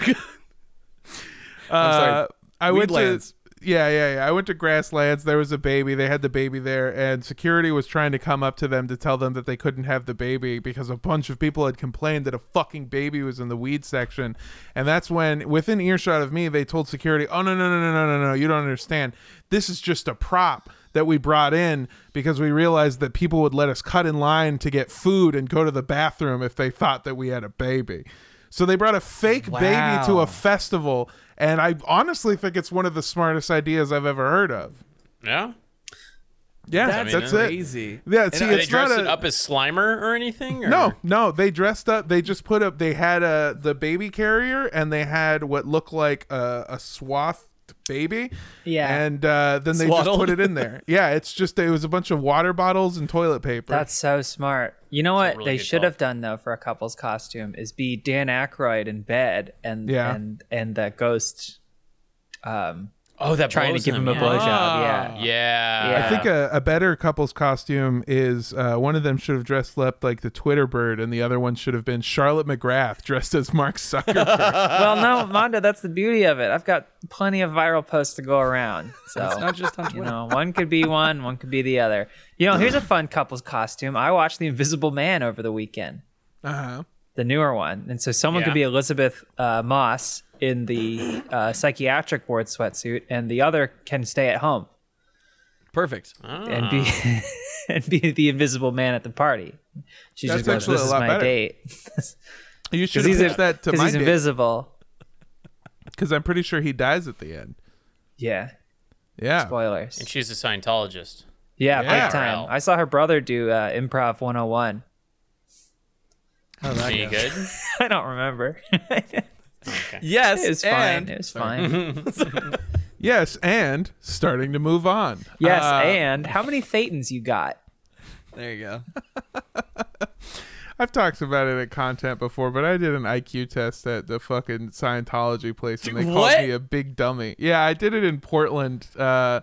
S3: I'm sorry.
S1: Uh, I went
S3: Weedlands.
S1: to yeah, yeah, yeah. I went to Grasslands. There was a baby. They had the baby there, and security was trying to come up to them to tell them that they couldn't have the baby because a bunch of people had complained that a fucking baby was in the weed section. And that's when, within earshot of me, they told security, "Oh no, no, no, no, no, no, no! You don't understand. This is just a prop." that we brought in because we realized that people would let us cut in line to get food and go to the bathroom if they thought that we had a baby. So they brought a fake baby to
S3: Wow.
S1: a festival, and I honestly think it's one of the smartest ideas I've ever heard of.
S4: Yeah.
S1: Yeah,
S4: That's
S1: that's, it.
S3: crazy.
S1: Yeah, see,
S4: Did they
S1: it's not
S4: dress
S1: a,
S4: it up as Slimer or anything? Or?
S1: No, no, they dressed up. They just put up. They had a the baby carrier, and they had what looked like a, a swathed baby.
S2: Yeah.
S1: and uh, then they just
S3: Swaddled.
S1: put it in there. Yeah, it's just it was a bunch of water bottles and toilet paper.
S2: That's so smart. You know what
S4: really
S2: they
S4: good
S2: should
S4: call.
S2: have done though for a couple's costume is be Dan Aykroyd in bed and
S1: Yeah.
S2: and and the ghost, um,
S4: Oh, that
S2: trying
S4: blows
S2: to give him a
S4: yeah.
S2: blowjob. Yeah.
S4: Yeah.
S2: Yeah.
S1: I think a, a better couple's costume is uh, one of them should have dressed up like the Twitter bird, and the other one should have been Charlotte McGrath dressed as Mark Zuckerberg.
S2: well, no, Manda, that's the beauty of it. I've got plenty of viral posts to go around. So it's
S3: not just on
S2: You
S3: Twitter.
S2: know, one could be one, one could be the other. You know, here's a fun couple's costume. I watched The Invisible Man over the weekend,
S1: uh-huh.
S2: the newer one, and so someone
S4: Yeah.
S2: could be Elizabeth uh, Moss in the uh, psychiatric ward sweatsuit, and the other can stay at home
S3: Perfect.
S4: Ah.
S2: and be
S1: Uh-huh.
S2: and be the Invisible Man at the party. She's
S1: That's
S2: just goes,
S1: actually
S2: "This
S1: a
S2: is
S1: lot
S2: my
S1: better.
S2: date."
S1: You should
S2: Because
S1: have
S2: he's,
S1: pitched that to
S2: 'cause
S1: my
S2: he's
S1: date
S2: invisible.
S1: because I'm pretty sure he dies at the end.
S2: Yeah.
S1: Yeah,
S2: Spoilers.
S4: And she's a Scientologist.
S2: Yeah,
S1: Yeah.
S2: big time.
S4: Wow.
S2: I saw her brother do uh, improv 101.
S4: Is she good?
S2: I don't remember. it
S3: Yes,
S2: was
S3: and
S2: fine. It was fine.
S1: yes, and starting to move on.
S2: yes,
S1: Uh,
S2: and how many thetans you got?
S3: there you go.
S1: I've talked about it at content before, but I did an IQ test at the fucking Scientology place, and they
S3: what?
S1: called me a big dummy. Yeah, I did it in Portland, uh,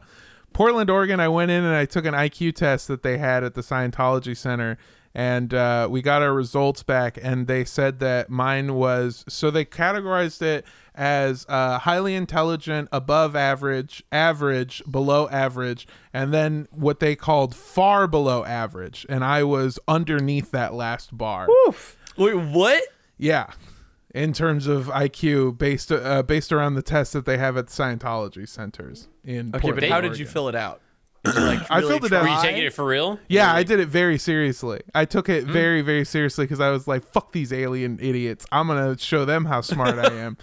S1: Portland, Oregon. I went in and I took an IQ test that they had at the Scientology Center, and uh, we got our results back, and they said that mine was so they categorized it as uh, highly intelligent, above average, average, below average, and then what they called far below average, and I was underneath that last bar.
S3: Wait, what?
S1: Yeah, in terms of IQ based uh, based around the tests that they have at Scientology centers in.
S3: Okay, but
S1: Portland,
S3: how did you
S1: Oregon.
S3: fill it out? Did you, like,
S1: I
S3: really
S1: filled it
S3: try-
S1: out.
S4: Were you taking it for real?
S1: Yeah, I did it very seriously. I took
S3: Hmm.
S1: it very, very seriously because I was like, fuck these alien idiots. I'm going to show them how smart I am.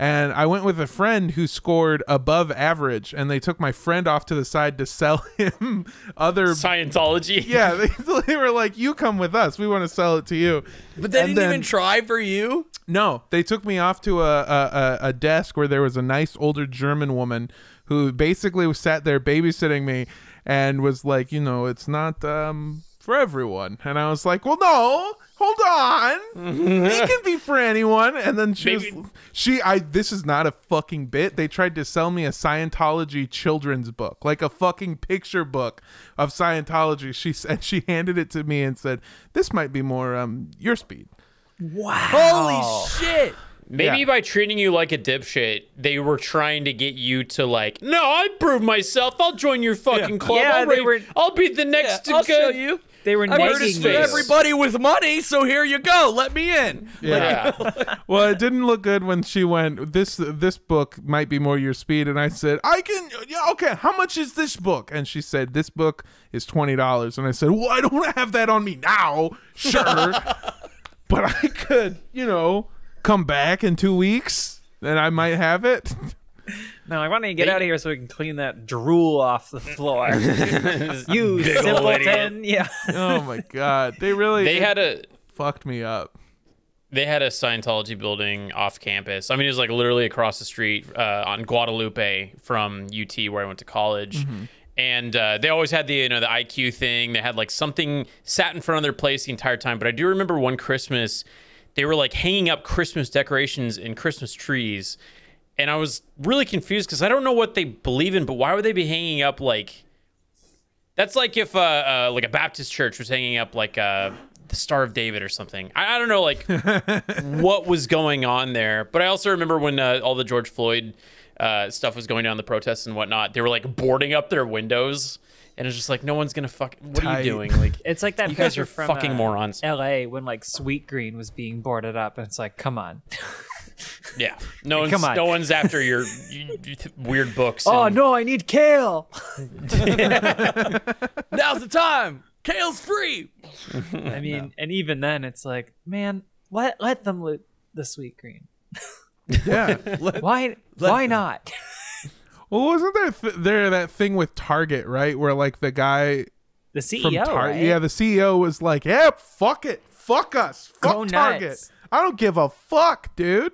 S1: And I went with a friend who scored above average, and they took my friend off to the side to sell him other.
S4: Scientology.
S1: yeah, they, they were like, you come with us. We want to sell it to you.
S3: But they
S1: And
S3: didn't
S1: then-
S3: even try for you.
S1: No, they took me off to a, a, a- a desk where there was a nice older German woman who basically was sat there babysitting me and was like, you know, it's not um, for everyone. And I was like, well, no, hold on. it can be for anyone. And then she
S4: Maybe-
S1: was, she, I, this is not a fucking bit. They tried to sell me a Scientology children's book, like a fucking picture book of Scientology. She said, she handed it to me and said, this might be more um, your speed.
S3: Holy shit!
S4: Maybe
S1: Yeah.
S4: by treating you like a dipshit, they were trying to get you to like, no, I proved myself. I'll join your fucking club.
S2: Yeah,
S4: I'll,
S2: they
S4: rate-
S2: were-
S4: I'll be the
S3: Yeah,
S4: next.
S3: I'll
S4: good-
S3: show you.
S2: They were
S3: I
S4: Burgess
S2: nagging
S4: for
S2: you.
S4: Yes.
S3: Everybody with money, so here you go. Let me in.
S4: Yeah.
S1: Well, it didn't look good when she went. This this book might be more your speed, and I said, I can. Yeah, okay. How much is this book? And she said, This book is twenty dollars. And I said, Well, I don't have that on me now. Sure, but I could, you know, come back in two weeks, and I might have it.
S2: No, I want to get out of here so we can clean that drool off the floor. you
S4: Big old
S2: simpleton. Yeah.
S1: oh my god, they really
S4: they had a
S1: fucked me up.
S4: they had a Scientology building off campus. I mean, it was like literally across the street uh, on Guadalupe from UT, where I went to college. And uh, they always had the you know the IQ thing. They had like something sat in front of their place the entire time. But I do remember one Christmas, they were like hanging up Christmas decorations and Christmas trees, and I was really confused because I don't know what they believe in. But why would they be hanging up like? That's like if uh, uh like a Baptist church was hanging up like uh the Star of David or something. I, I don't know like what was going on there. But I also remember when uh, all the George Floyd uh, stuff was going down, the protests and whatnot. They were like boarding up their windows, and it's just like no one's gonna fuck. What are
S1: Tight.
S4: you doing? Like
S2: It's like that
S4: you guys
S2: picture
S4: are
S2: from
S4: fucking
S2: uh,
S4: morons.
S2: LA when like Sweet Green was being boarded up and it's like, come on.
S4: Yeah, no one's
S2: Come on.
S4: no one's after your y- y- weird books.
S2: Oh
S4: and-
S2: no, I need kale.
S3: Now's the time. Kale's free.
S2: I mean, and even then, it's like, man, let let them loot this wheat green.
S1: Yeah.
S2: Why why not?
S1: well, wasn't there th- there that thing with Target, right? Where like the guy
S2: The
S1: from
S2: CEO,
S1: Target,
S2: E right?
S1: yeah, the CEO was like, "Yeah, fuck it, fuck us, fuck
S2: Go
S1: Target.
S2: nuts."
S1: I don't give a fuck, dude."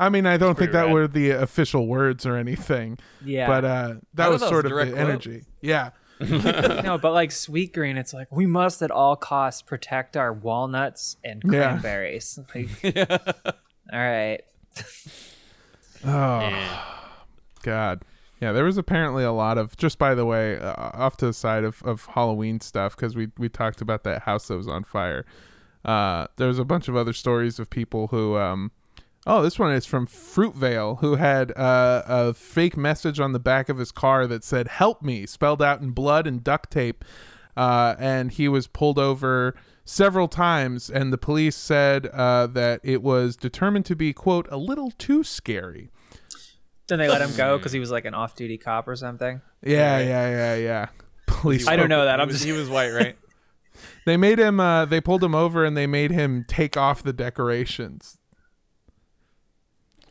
S1: I mean, I don't think
S4: pretty
S1: that
S4: rad.
S1: were the official words or anything,
S2: yeah.
S1: but uh, that
S3: thought
S1: was
S3: that was
S1: sort
S3: a
S1: of
S3: direct
S1: the
S3: quote.
S1: energy. Yeah,
S4: uh,
S2: no, but like sweet green, it's like we must at all costs protect our walnuts and
S1: Yeah.
S2: cranberries. Like, All right.
S1: God. Yeah, there was apparently a lot of just by the way, uh, off to the side of, of Halloween stuff because we we talked about that house that was on fire. Uh, there was a bunch of other stories of people who. Um, oh, this one is from Fruitvale, who had uh, a fake message on the back of his car that said "Help me," spelled out in blood and duct tape, uh, and he was pulled over several times, and the police said uh, that it was determined to be quote a little too scary.
S2: Then they let him go because he was like an off-duty cop or something.
S1: Yeah, yeah, yeah, yeah. Police.
S2: I don't know that.
S3: He
S2: I'm
S3: was-
S2: just
S3: he was white, right?
S1: They made him. Uh, they pulled him over and they made him take off the decorations.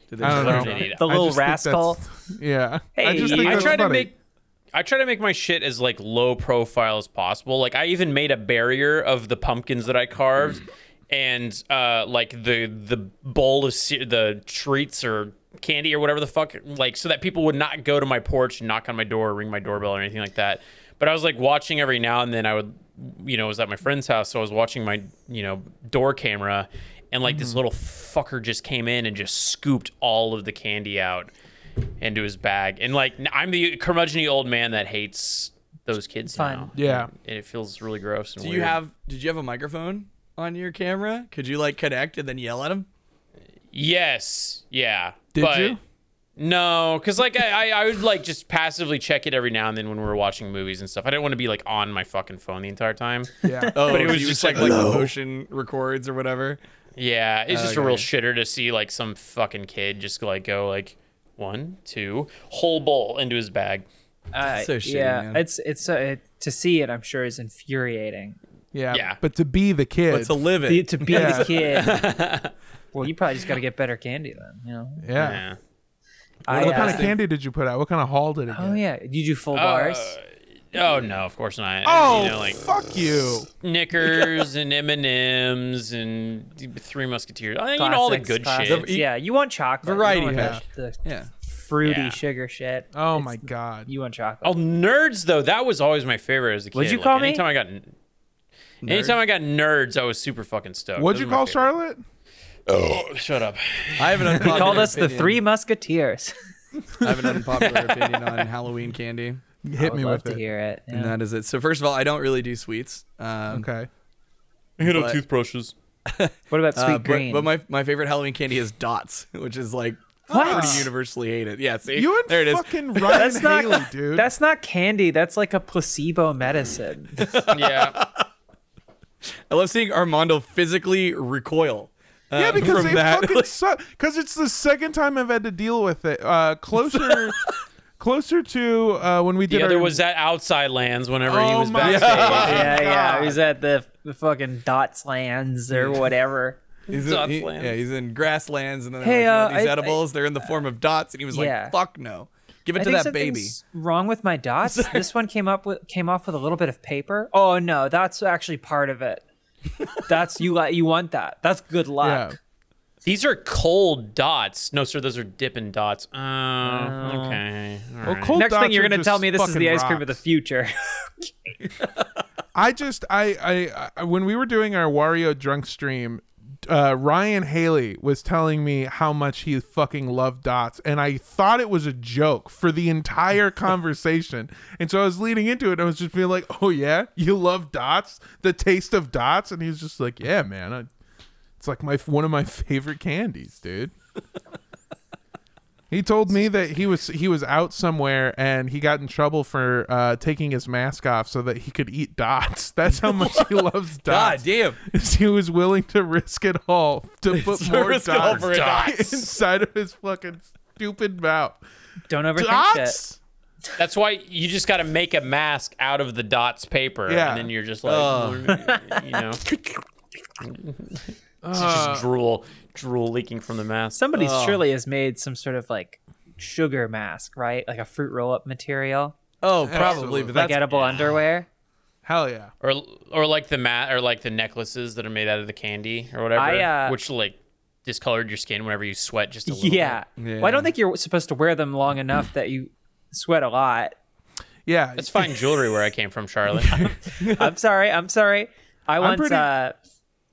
S3: Did they
S1: I don't
S3: just-
S1: know.
S4: They need-
S2: the
S1: I
S2: little
S1: just think that's-
S2: rascal.
S1: Yeah.
S2: Hey,
S1: just
S2: I
S4: I
S1: that's
S4: try to
S1: funny.
S4: make I try to make my shit as like low profile as possible. Like I even made a barrier of the pumpkins that I carved, and uh, like the the bowl of se- the treats or candy or whatever the fuck, like so that people would not go to my porch and knock on my door or ring my doorbell or anything like that. But I was like watching every now and then. I would, you know, I was at my friend's house, so I was watching my you know door camera, and like
S1: Mm-hmm.
S4: this little fucker just came in and just scooped all of the candy out into his bag. And like n- I'm the curmudgeon old man that hates those kids
S2: Fun.
S4: now.
S1: Yeah.
S4: And it feels really gross and
S3: Do
S4: weird.
S3: you have? Did you have a microphone on your camera? Could you like connect and then yell at him?
S4: Yes. Yeah.
S1: Did
S4: but
S1: you?
S4: No, because like I, I, I would like just passively check it every now and then when we were watching movies and stuff. I didn't want to be like on my fucking phone the entire time.
S1: Yeah.
S3: Oh,
S4: it
S3: so
S4: was
S3: you
S4: just
S3: check,
S4: like,
S3: the motion records or whatever.
S4: Yeah, it's just a
S3: Okay.
S4: real shitter to see like some fucking kid just like go like one, two, whole bowl into his bag.
S2: Uh,
S3: so shitty,
S2: yeah,
S3: man.
S2: it's it's uh, it, to see it. I'm sure is infuriating.
S1: yeah.
S4: Yeah.
S1: But to be the kid.
S3: But to live
S2: Be-
S3: it.
S2: to be
S1: Yeah.
S2: the kid. well, you probably just got to get better candy then. You know.
S1: yeah.
S4: Yeah.
S2: I,
S1: What
S2: uh,
S1: kind of candy did you put out? What kind of haul did it?
S2: Oh
S1: get?
S2: yeah, you do
S4: Uh,
S2: full bars.
S4: Oh no, of course not.
S1: Oh,
S4: you know, like
S1: fuck you.
S4: Snickers and M and M's and Three Musketeers. I mean, you know all the
S2: Classics,
S4: good
S2: classics.
S4: shit.
S2: Yeah, you want chocolate.
S3: Variety
S2: You don't want
S1: pack.
S2: the,
S3: Yeah.
S2: fruity
S4: Yeah.
S2: sugar shit.
S1: Oh
S2: It's-
S1: my god.
S2: You want chocolate.
S4: Oh, nerds though. That was always my favorite as a kid.
S2: What'd you
S4: Like,
S2: call me?
S4: Anytime I got, anytime I got nerds, I was super fucking stoked.
S1: What'd
S4: Those
S1: you
S4: were my
S1: call Charlotte?
S4: favorite. Oh, shut up.
S3: I have an unpopular
S2: Called us the
S3: opinion.
S2: Three Musketeers.
S3: I have an unpopular opinion on Halloween candy,
S2: I
S1: Hit
S2: would
S1: me with
S2: love to
S1: it.
S2: hear it. Yeah.
S3: and that is it. So first of all, I don't really do sweets. Um,
S1: Okay.
S4: I hit
S3: on But-
S4: toothbrushes.
S2: What about
S3: uh,
S2: sweet
S3: but,
S2: green?
S3: but my my favorite Halloween candy is dots, which is like
S2: What?
S3: pretty universally hated. Yeah, see,
S1: You and
S3: there it is.
S1: fucking Ryan
S2: That's not-
S1: Haley, dude.
S2: that's not candy. That's like a placebo medicine.
S1: Oh,
S4: Yeah.
S3: I love seeing Armando physically recoil. uh,
S1: Yeah, because
S3: from
S1: they
S3: that.
S1: fucking suck. Because it's the second time I've had to deal with it. Uh, closer, closer to uh, when we did
S4: The other
S1: our-
S4: was at Outside Lands whenever he
S1: Oh
S4: was
S1: my
S4: backstage.
S1: God.
S2: yeah, yeah.
S1: God.
S2: He's at the, the fucking Dots Lands or whatever.
S3: He's in,
S4: Dots
S3: he-
S4: lands.
S3: yeah, he's in grasslands, and then
S2: Hey,
S3: hey, like, you know,
S2: uh,
S3: these
S2: I-
S3: edibles, they're in the form of dots, and he was
S2: Yeah.
S3: like, "Fuck no, give it
S2: I
S3: to
S2: think
S3: that baby."
S2: something's wrong with my dots. this one came up with came off with a little bit of paper. Oh no, that's actually part of it. That's you. li- You want that? That's good luck.
S1: Yeah.
S4: These are cold dots. No, sir, those are dipping dots. Oh, okay. All
S1: Well,
S4: right.
S1: cold
S2: Next thing
S1: dots
S2: you're
S1: are
S2: gonna
S1: just
S2: tell me this is
S1: fucking
S2: the ice cream of the
S1: rocks.
S2: future.
S1: I just I, I I when we were doing our Wario drunk stream, uh, Ryan Haley was telling me how much he fucking loved dots, and I thought it was a joke for the entire conversation. and so I was leading into it, and I was just being like, "Oh yeah, you love dots, the taste of dots," and he was just like, "Yeah, man, I, it's like my one of my favorite candies, dude." He told me that he was he was out somewhere and he got in trouble for uh, taking his mask off so that he could eat dots. That's how much he loves
S3: God
S1: dots.
S3: damn.
S1: Is he was willing to risk it all to put
S3: To
S1: more
S3: risk it all
S1: dots,
S3: for dots.
S1: inside of his fucking stupid mouth.
S2: Don't overthink it.
S1: Dots.
S4: That's why you just got to make a mask out of the dots paper,
S1: Yeah.
S4: and then you're just like, you know, It's just drool, drool leaking from the mask.
S2: Somebody
S1: Oh.
S2: surely has made some sort of like sugar mask, right? Like a fruit roll up material,
S3: Oh,
S1: Absolutely.
S3: probably, but
S2: like
S3: that's
S2: edible underwear.
S1: Hell yeah.
S4: Or, or like the mat, or like the necklaces that are made out of the candy or whatever,
S2: I, uh,
S4: which like discolored your skin whenever you sweat just a little.
S2: Yeah.
S3: Yeah.
S2: Well, I don't think you're supposed to wear them long enough that you sweat a lot.
S1: Yeah.
S4: It's fine jewelry where I came from, Charlotte.
S2: I'm sorry. I'm sorry. I once,
S1: pretty-
S2: uh,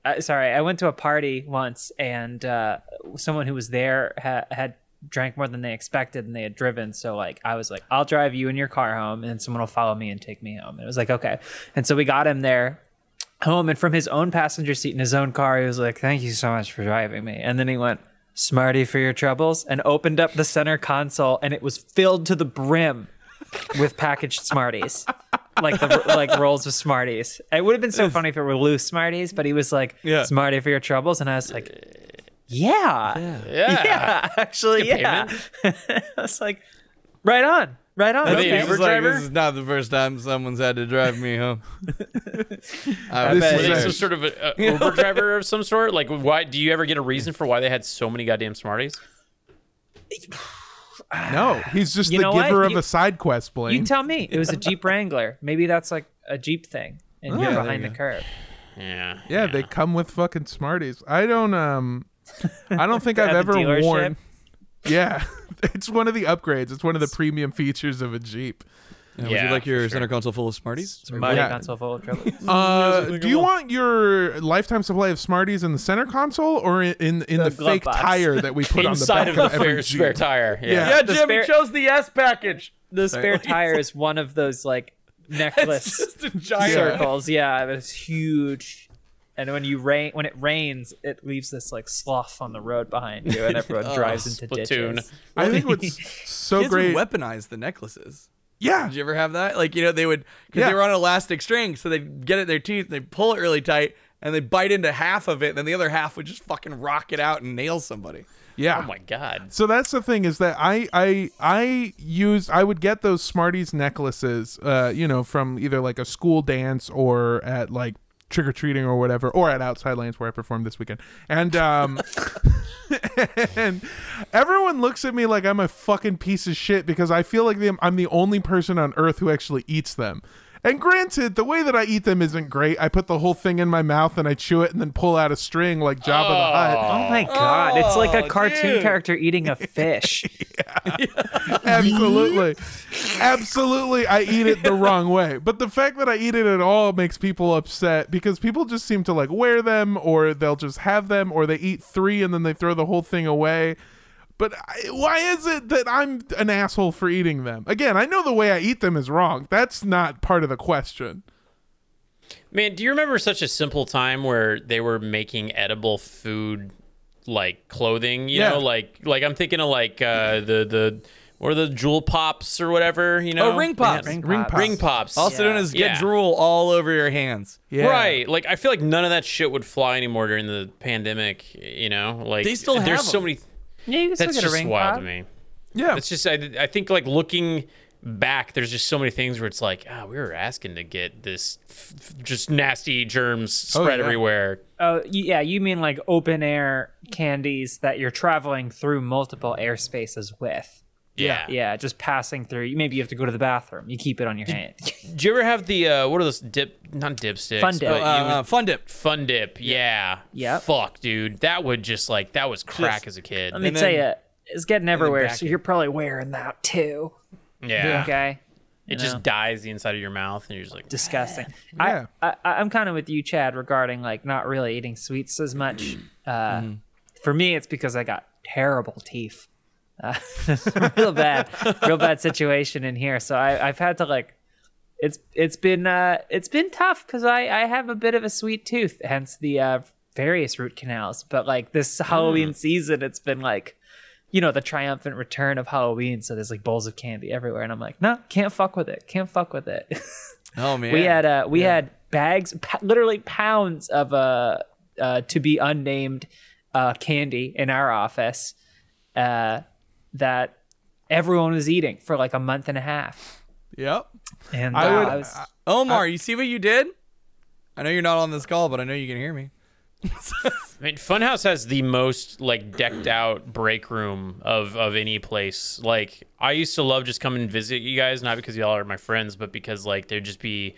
S2: uh, sorry, I went to a party once, and uh, someone who was there ha- had drank more than they expected, and they had driven. So like, I was like, I'll drive you and your car home, and then someone will follow me and take me home. And it was like, okay. And so we got him there home, and from his own passenger seat in his own car, he was like, "Thank you so much for driving me." And then he went. Smarty for your troubles, and opened up the center console, and it was filled to the brim with packaged Smarties, like the like rolls of Smarties. It would have been so funny if it were loose Smarties, but he was like,
S3: Yeah.
S2: "Smartie for your troubles," and I was like, "Yeah, yeah,
S4: yeah.
S2: actually,
S4: Good
S2: yeah." I was like, "Right on, right on."
S4: Are they
S2: okay.
S4: Uber
S3: It's like,
S4: driver?
S3: this is not the first time someone's had to drive me home. I
S1: This
S4: Were
S1: is
S4: they
S1: Right.
S4: some sort of a, a Uber driver of some sort? Like, why do you ever get a reason for why they had so many goddamn Smarties?
S1: No, he's just
S2: You
S1: the
S2: know what?
S1: giver of
S2: You-
S1: a side quest,
S2: You
S1: Blaine.
S2: tell me. It was a Jeep Wrangler. Maybe that's like a Jeep thing, and
S3: Yeah,
S2: you're
S3: there
S2: behind
S3: you
S2: the
S3: go.
S2: curve.
S4: Yeah.
S1: yeah, they come with fucking Smarties. I don't um I don't think I've
S2: At the
S1: ever
S2: dealership?
S1: worn Yeah. It's one of the upgrades. It's one of the premium features of a Jeep.
S3: Would
S4: Yeah,
S3: you like your
S4: for sure.
S3: center console full of Smarties?
S2: Smarty
S1: Yeah.
S2: console full of troubles.
S1: Uh, do you want your lifetime supply of Smarties in the center console or in in, in the,
S2: The glove
S1: fake
S2: box.
S1: tire that we put
S4: Inside
S1: on
S4: of
S1: the back
S4: the
S1: every
S4: fair,
S1: Jeep?
S4: spare tire. Yeah.
S1: Yeah.
S3: Yeah,
S2: The
S3: Jim, he
S2: spare-
S3: chose the S package.
S2: The spare tire is one of those like necklace
S3: Just a giant.
S1: Yeah.
S2: circles. Yeah, it was huge. And when you rain, when it rains, it leaves this like slough on the road behind you, and everyone drives into
S4: Splatoon.
S2: ditches.
S1: I think what's so
S3: Kids would
S1: great.
S3: weaponize the necklaces.
S1: yeah.
S3: Did you ever have that? Like, you know, they would, because
S1: Yeah.
S3: they were on elastic string, so they'd get it in their teeth, they'd pull it really tight, and they'd bite into half of it, and then the other half would just fucking rock it out and nail somebody.
S1: Yeah.
S4: Oh my god.
S1: So that's the thing is that I I I used I would get those Smarties necklaces, uh, you know, from either like a school dance or at like trick or treating or whatever, or at Outside Lanes where I performed this weekend, and um. and everyone looks at me like I'm a fucking piece of shit because I feel like the, I'm the only person on earth who actually eats them. And granted, the way that I eat them isn't great. I put the whole thing in my mouth and I chew it and then pull out a string like Jabba the Hutt.
S2: Oh my god! It's like a
S1: Oh,
S2: cartoon
S3: dude.
S2: character eating a fish.
S1: Absolutely. Absolutely. I eat it the wrong way. But the fact that I eat it at all makes people upset because people just seem to like wear them or they'll just have them or they eat three and then they throw the whole thing away. But I, why is it that I'm an asshole for eating them? Again, I know the way I eat them is wrong. That's not part of the question.
S4: Man, do you remember such a simple time where they were making edible food like clothing, you
S1: Yeah.
S4: know, like like I'm thinking of like uh the the or the jewel pops or whatever, you know.
S3: Oh, ring pops.
S4: Ring,
S1: Ring
S2: pops.
S1: pops.
S4: pops.
S3: Also known as get
S4: Yeah.
S3: drool all over your hands.
S1: Yeah.
S4: Right. Like I feel like none of that shit would fly anymore during the pandemic, you know? Like
S3: They still
S4: there's
S3: have
S4: so
S3: 'em.
S4: many
S2: Yeah, you can
S4: that's
S2: still get a
S4: just
S2: ring
S4: wild
S2: pop.
S4: to me.
S1: Yeah.
S4: That's just I, I think like looking back, there's just so many things where it's like, ah, we were asking to get this f- f- just nasty germs
S1: Oh,
S4: spread
S1: yeah.
S4: everywhere.
S2: Oh, y- yeah, you mean like open air candies that you're traveling through multiple air spaces with?
S4: Yeah.
S2: Yeah, just passing through. You- Maybe you have to go to the bathroom. You keep it on your hand.
S4: Do you ever have the uh, what are those dip? Not dipsticks.
S2: Fun dip.
S4: but
S3: Uh,
S4: you
S3: uh, fun dip.
S4: fun dip. Yeah.
S2: Yep.
S4: Fuck, dude. That would just like that was crack as a kid.
S2: Let me
S3: And
S2: tell
S3: then-
S2: you, it's getting everywhere,
S3: back
S2: so
S3: it.
S2: you're probably wearing that too.
S4: yeah.
S2: Okay.
S4: It just dies the inside of your mouth, and you're just like,
S2: disgusting.
S1: Yeah.
S2: I, I I'm kind of with you, Chad, regarding like not really eating sweets as much. Uh, For me, it's because I got terrible teeth. Uh, real bad, real bad situation in here. So I, I've had to like, it's it's been uh, it's been tough because I I have a bit of a sweet tooth, hence the uh, various root canals. But like this Halloween season, it's been like you know, the triumphant return of Halloween. So there's like bowls of candy everywhere. And I'm like, no, can't fuck with it. Can't fuck with it.
S3: Oh man.
S2: we had, uh, we had bags, pa- literally pounds of, uh, uh, to be unnamed, uh, candy in our office, uh, that everyone was eating for like a month and a half.
S1: Yep.
S2: And
S1: I
S2: uh,
S1: would.
S2: I was,
S1: I-
S3: Omar, you see what you did? I know you're not on this call, but I know you can hear me.
S4: I mean, Funhouse has the most like decked out break room of of any place. Like I used to love just coming and visit you guys, not because y'all are my friends, but because like there'd just be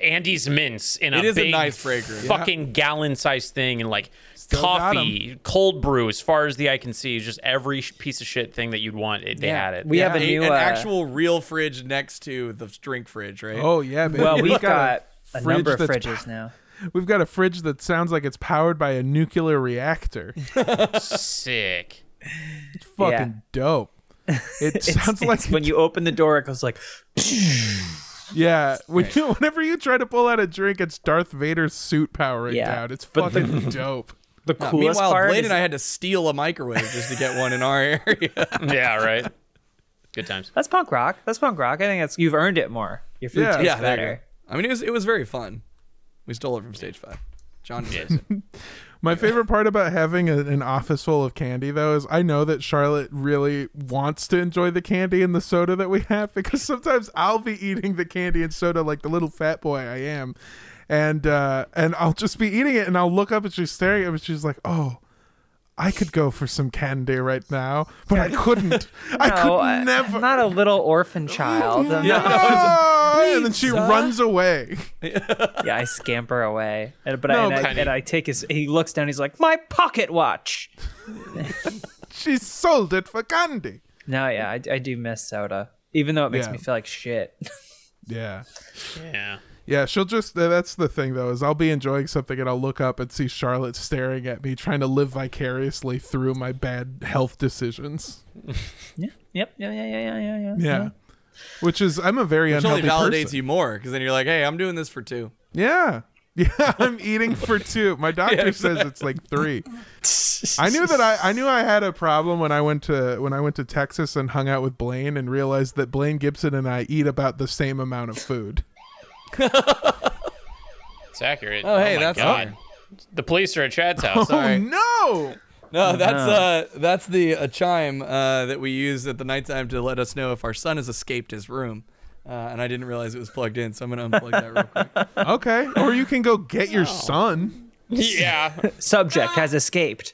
S4: Andy's mints in a
S3: It is a
S4: big
S3: nice break room.
S4: fucking gallon sized thing, and like
S1: Still got 'em.
S4: coffee, cold brew, as far as the eye can see, is just every sh- piece of shit thing that you'd want. It, they
S2: Yeah.
S4: had it.
S2: We have a
S3: A-
S2: new
S3: an
S2: uh,
S3: actual real fridge next to the drink fridge, right?
S1: oh yeah, baby.
S2: Well, we've
S1: a
S2: got a number of
S1: fridge that's
S2: fridges now.
S1: We've got a fridge that sounds like it's powered by a nuclear reactor.
S4: Sick.
S1: It's fucking dope. It sounds like
S2: when you open the door, it goes like,
S1: yeah. When you, whenever you try to pull out a drink, it's Darth Vader's suit powering
S2: Yeah.
S1: down. It's fucking dope.
S2: The
S3: Uh,
S2: coolest
S3: Meanwhile,
S2: part
S3: Blade
S2: is
S3: and I had to steal a microwave just to get one in our area.
S4: Yeah. Right. Good times.
S2: that's punk rock. That's punk rock. I think that's you've earned it more. Your food
S1: Yeah.
S2: tastes
S1: Yeah,
S3: there you
S2: better.
S3: go. I mean, it was it was very fun. We stole it from stage five. John deserves it.
S1: My favorite part about having a, an office full of candy, though, is I know that Charlotte really wants to enjoy the candy and the soda that we have because sometimes I'll be eating the candy and soda like the little fat boy I am, and uh, and I'll just be eating it and I'll look up and she's staring at me. She's like, "Oh, I could go for some candy right now, but I couldn't. I could
S2: No, Oh, I-
S1: never."
S2: I'm not a little orphan child. I'm
S1: No!
S2: not-
S1: and then she runs away.
S2: yeah, I scamper away, and, but I,
S1: No,
S2: and, I,
S4: but-
S2: and I take his. He looks down. He's like, my pocket watch.
S1: She sold it for candy.
S2: No, yeah, I, I do miss soda, even though it makes
S1: Yeah.
S2: me feel like shit.
S1: Yeah.
S4: Yeah.
S1: Yeah, she'll just. uh, That's the thing, though, is I'll be enjoying something and I'll look up and see Charlotte staring at me, trying to live vicariously through my bad health decisions.
S2: yeah. Yep. Yeah. Yeah. Yeah. Yeah. Yeah.
S1: Yeah. Which is, I'm a very
S3: Which only
S1: unhealthy
S3: validates
S1: person.
S3: you more because then you're like, hey, I'm doing this for two.
S1: Yeah. Yeah, I'm eating for two. My doctor says it's like three. I knew that I, I knew I had a problem when I went to when I went to Texas and hung out with Blaine and realized that Blaine Gibson and I eat about the same amount of food.
S4: It's accurate.
S3: Oh, hey,
S4: my
S3: that's
S4: God.
S3: fine.
S4: The police are at Chad's house.
S3: Sorry.
S1: Oh no!
S3: No, that's uh, that's the a chime uh, that we use at the nighttime to let us know if our son has escaped his room. Uh, and I didn't realize it was plugged in, so I'm gonna unplug that real quick.
S1: Okay, or you can go get your son.
S4: yeah.
S2: Subject has escaped.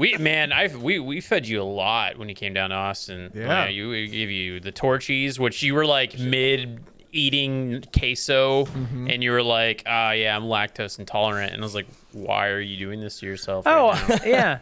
S4: We man, I we we fed you a lot when you came down to Austin.
S1: Yeah.
S4: you we give you the torchies, which you were like mid eating queso,
S1: Mm-hmm.
S4: and you were like, "Ah, yeah, I'm lactose intolerant," and I was like, "Why are you doing this to yourself?"
S2: Oh,
S4: right now?
S2: yeah.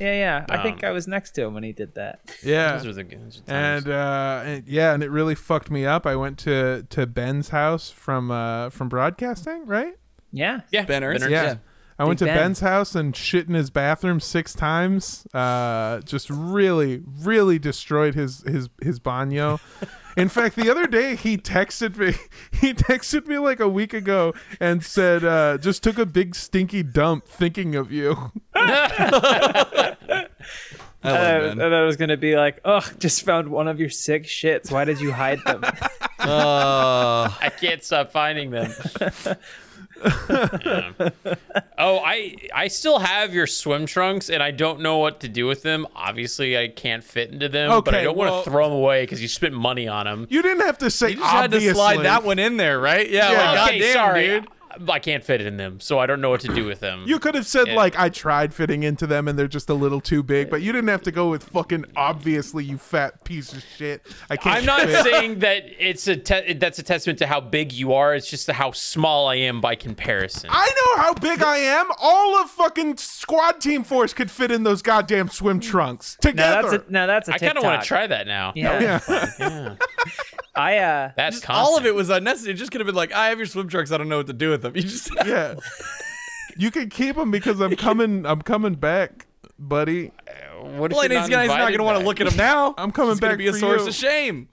S2: Yeah, yeah. I think
S4: Um,
S2: I was next to him when he did that.
S1: Yeah,
S4: those are the good those are times.
S1: and, uh, and- yeah, and it really fucked me up. I went to to Ben's house from uh from broadcasting, right?
S2: Yeah.
S4: yeah,
S3: Ben Ernst?
S1: Yeah.
S3: Yeah.
S1: I went to
S2: Big Ben.
S1: Ben's house and shit in his bathroom six times. Uh, just really, really destroyed his his his baño. In fact, the other day he texted me. He texted me like a week ago and said, uh, "Just took a big stinky dump, thinking of you."
S3: I
S2: I thought,
S3: love
S2: it was,
S3: Ben.
S2: I thought it was gonna be like, oh, just found one of your sick shits. Why did you hide them?
S3: Uh,
S4: I can't stop finding them. Yeah. Oh, I I still have your swim trunks, and I don't know what to do with them. Obviously, I can't fit into them, but I
S1: Okay,
S4: don't
S1: well-
S4: want to throw them away because you spent money on them.
S1: You didn't have to say.
S3: you just had to slide that one in there, right? Yeah.
S1: Yeah.
S3: Like,
S4: okay,
S3: goddamn,
S4: sorry.
S3: dude.
S4: I can't fit it in them, so I don't know what to do with them.
S1: You could have said
S4: Yeah.
S1: like I tried fitting into them and they're just a little too big, but you didn't have to go with fucking obviously you fat piece of shit. I can't.
S4: I'm not
S1: fit."
S4: saying that it's a te- that's a testament to how big you are. It's just how small I am by comparison.
S1: I know how big I am. All of fucking squad team force could fit in those goddamn swim trunks
S2: now
S1: together.
S2: that's a now that's a
S4: I
S2: TikTok.
S4: kind of want to try that now.
S2: Yeah.
S1: yeah.
S2: I uh
S4: That's constant.
S3: All of it was unnecessary. It just could have been like, I have your swim trunks. I don't know what to do with them. You just
S1: yeah. You can keep them because I'm coming. I'm coming back, buddy.
S4: What if
S3: Well,
S4: you're
S3: he's gonna, he's not
S4: invited
S3: gonna want to
S4: back?
S3: look at him now.
S1: I'm coming
S3: It's
S1: back
S3: gonna be a
S1: for
S3: source
S1: you.
S3: of shame.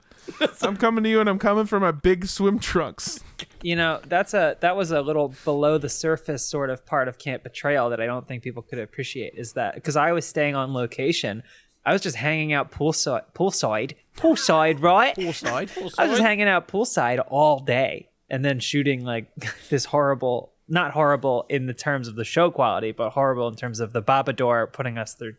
S1: I'm coming to you, and I'm coming for my big swim trunks.
S2: you know, that's a that was a little below the surface sort of part of Camp Betrayal that I don't think people could appreciate is that because I was staying on location I was just hanging out poolside, poolside, poolside, right?
S3: Poolside.
S2: I was just hanging out poolside all day, and then shooting like this horrible. Not horrible in the terms of the show quality, but horrible in terms of the Babador putting us through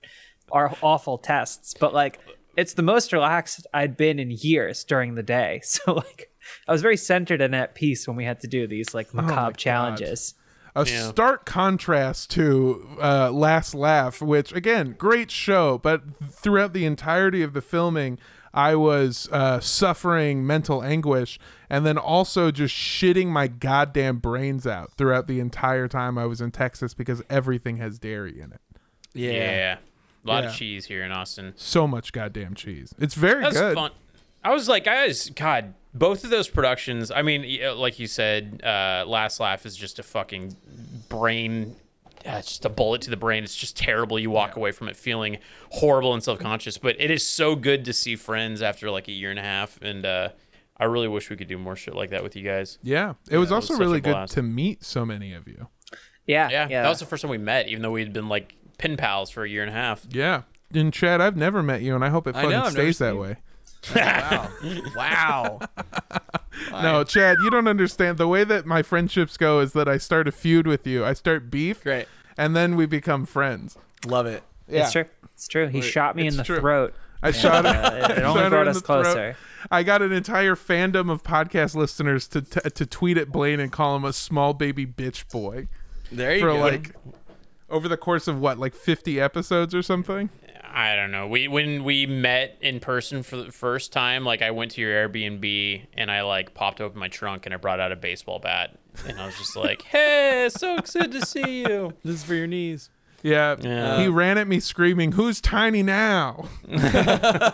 S2: our awful tests. But like, it's the most relaxed I'd been in years during the day. So like, I was very centered and at peace when we had to do these
S4: Oh
S2: like macabre challenges.
S1: a stark contrast to uh, Last Laugh, which again, great show, but throughout the entirety of the filming, I was uh, suffering mental anguish and then also just shitting my goddamn brains out throughout the entire time I was in Texas because everything has dairy in it.
S4: Yeah. A lot of
S1: Yeah.
S4: cheese here in Austin.
S1: So much goddamn cheese. It's very
S4: That was
S1: good.
S4: fun. I was like, guys, God, both of those productions. I mean, y- like you said, uh, Last Laugh is just a fucking brain. uh, It's just a bullet to the brain. It's just terrible. You walk away from it feeling horrible and self conscious. But it is so good to see friends after like a year and a half. And uh, I really wish we could do more shit like that with you guys.
S1: Yeah. It was also
S4: such a
S1: really good
S4: blast.
S1: to meet so many of you.
S2: Yeah,
S4: Yeah, that was the first time we met, even though we had been like pen pals for a year and a half.
S1: Yeah. And Chad, I've never met you, and I hope it
S3: I
S1: fucking
S3: know, I've never
S1: stays
S3: seen
S1: that
S3: you.
S1: way.
S3: Wow. Wow.
S1: No, Chad, you don't understand. The way that my friendships go is that I start a feud with you. I start beef.
S3: Great.
S1: And then we become friends.
S3: Love it.
S1: Yeah.
S2: It's true. It's true. He shot me in
S1: it's
S2: the
S1: true.
S2: throat.
S1: I shot him.
S2: Uh, it only
S1: shot her
S2: brought
S1: in the
S2: us
S1: throat.
S2: closer.
S1: I got an entire fandom of podcast listeners to t- to tweet at Blaine and call him a small baby bitch boy
S3: There you
S1: for
S3: go.
S1: like over the course of what, like 50 episodes or something?
S4: I don't know. We when we met in person for the first time, like I went to your Airbnb and I like popped open my trunk and I brought out a baseball bat and I was just like, "Hey, so good to see you."
S3: this is for your knees.
S1: Yeah.
S4: Yeah.
S1: He ran at me screaming, Who's tiny now? Uh,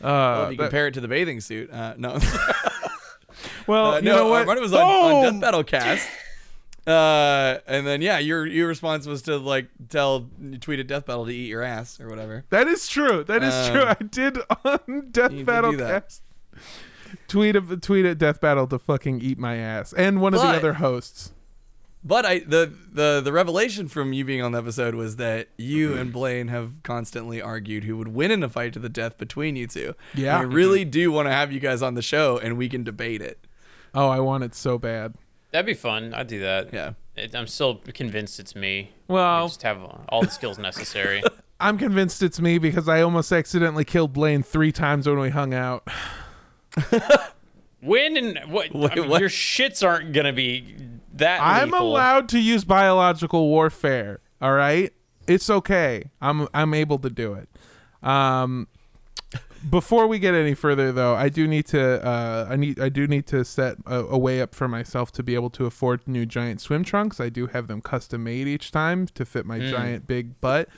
S3: Well, if you compare it to the bathing suit. Uh, no.
S1: Well,
S3: Uh,
S1: Oh, you
S3: no,
S1: know what?
S3: Armando was on, on
S1: Boom!
S3: Death Battle Cast. Uh, and then yeah, your your response was to like tell tweet at Death Battle to eat your ass or whatever.
S1: That is true. That is
S3: Um,
S1: true. I did on Death
S3: did
S1: Battle
S3: do that.
S1: Cast. Tweet of tweet at Death Battle to fucking eat my ass. And one of the
S3: But-
S1: other hosts.
S3: But I the the the revelation from you being on the episode was that you and Blaine have constantly argued who would win in a fight to the death between you two.
S1: Yeah.
S3: and I really do want to have you guys on the show and we can debate it.
S1: Oh, I want it so bad.
S4: That'd be fun. I'd do that.
S3: Yeah.
S4: It, I'm still convinced it's me. I
S1: Well,
S4: just have uh, all the skills necessary.
S1: I'm convinced it's me because I almost accidentally killed Blaine three times when we hung out.
S4: when and what, I
S3: Wait,
S4: mean,
S3: what?
S4: your shits aren't gonna be that.
S1: I'm
S4: lethal.
S1: allowed to use biological warfare. All right, it's okay. I'm I'm able to do it. Um, before we get any further, though, I do need to uh, I need I do need to set a, a way up for myself to be able to afford new giant swim trunks. I do have them custom made each time to fit my giant big butt.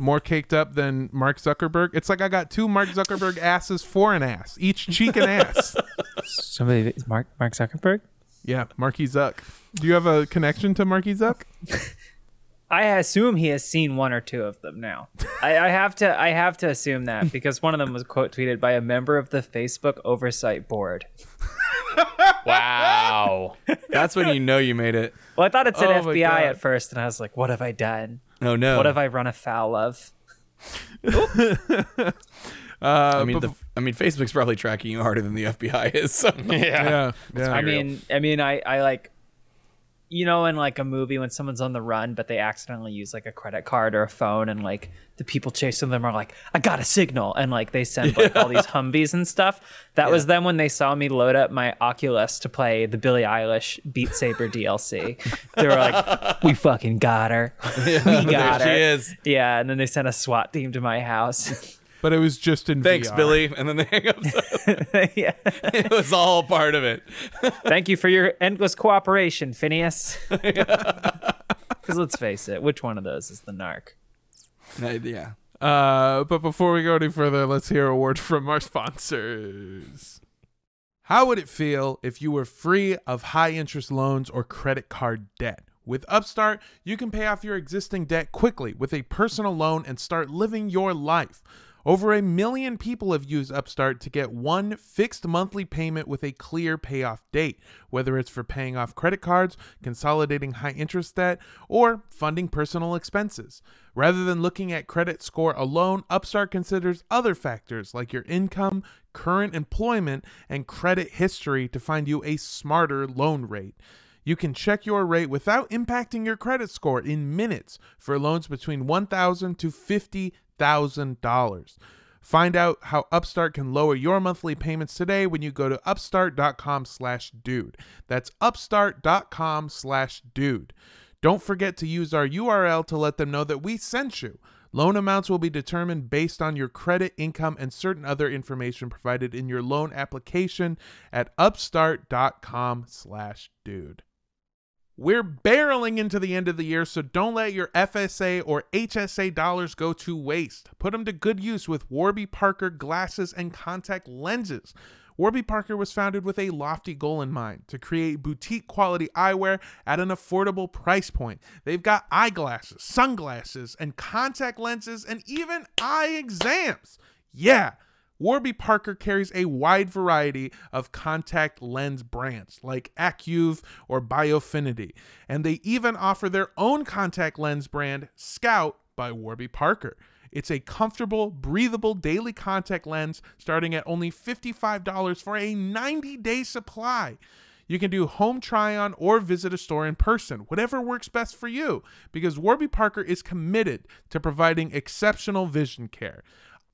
S1: More caked up than Mark Zuckerberg. It's like I got two Mark Zuckerberg asses for an ass, each cheek an ass.
S2: Somebody is Mark Mark Zuckerberg.
S1: Yeah, Marky Zuck. Do you have a connection to Marky Zuck?
S2: I assume he has seen one or two of them now. I, I have to I have to assume that because one of them was quote tweeted by a member of the Facebook oversight board.
S4: Wow.
S3: That's when you know you made it.
S2: Well, I thought it said
S1: Oh my
S2: FBI
S1: God.
S2: at first, and I was like, "What have I done?
S3: Oh no.
S2: What uh, have I run afoul of?"
S3: I mean, the, I mean, Facebook's probably tracking you harder than the FBI is. So.
S4: yeah.
S1: yeah.
S2: I
S4: real.
S2: mean, I mean, I I like, you know, in like a movie when someone's on the run, but they accidentally use like a credit card or a phone, and like the people chasing them are like, "I got a signal," and like they send like all these Humvees and stuff. That was them when they saw me load up my Oculus to play the Billie Eilish Beat Saber DLC. They were like, "We fucking got her, we got
S3: there
S2: her."
S3: she is.
S2: Yeah, and then they sent a SWAT team to my house.
S1: But it was just in
S3: Thanks,
S1: VR.
S3: Billy. And then they hang up.
S2: yeah.
S3: it was all part of it.
S2: Thank you for your endless cooperation, Phineas. Because let's face it, which one of those is the narc?
S3: Uh, yeah.
S1: Uh, but before we go any further, let's hear a word from our sponsors. How would it feel if you were free of high interest loans or credit card debt? With Upstart, you can pay off your existing debt quickly with a personal loan and start living your life. Over a million people have used Upstart to get one fixed monthly payment with a clear payoff date, whether it's for paying off credit cards, consolidating high interest debt, or funding personal expenses. Rather than looking at credit score alone, Upstart considers other factors like your income, current employment, and credit history to find you a smarter loan rate. You can check your rate without impacting your credit score in minutes for loans between $1,000 to $50,000. Find out how Upstart can lower your monthly payments today when you go to upstart.com slash dude. That's upstart.com slash dude. Don't forget to use our URL to let them know that we sent you. Loan amounts will be determined based on your credit, income, and certain other information provided in your loan application at upstart.com slash dude. We're barreling into the end of the year, so don't let your FSA or HSA dollars go to waste. Put them to good use with Warby Parker glasses and contact lenses. Warby Parker was founded with a lofty goal in mind to create boutique quality eyewear at an affordable price point. They've got eyeglasses, sunglasses, and contact lenses, and even eye exams. Yeah. Warby Parker carries a wide variety of contact lens brands like Acuve or Biofinity, and they even offer their own contact lens brand, Scout by Warby Parker. It's a comfortable, breathable daily contact lens starting at only $55 for a 90 day supply. You can do home try on or visit a store in person, whatever works best for you, because Warby Parker is committed to providing exceptional vision care.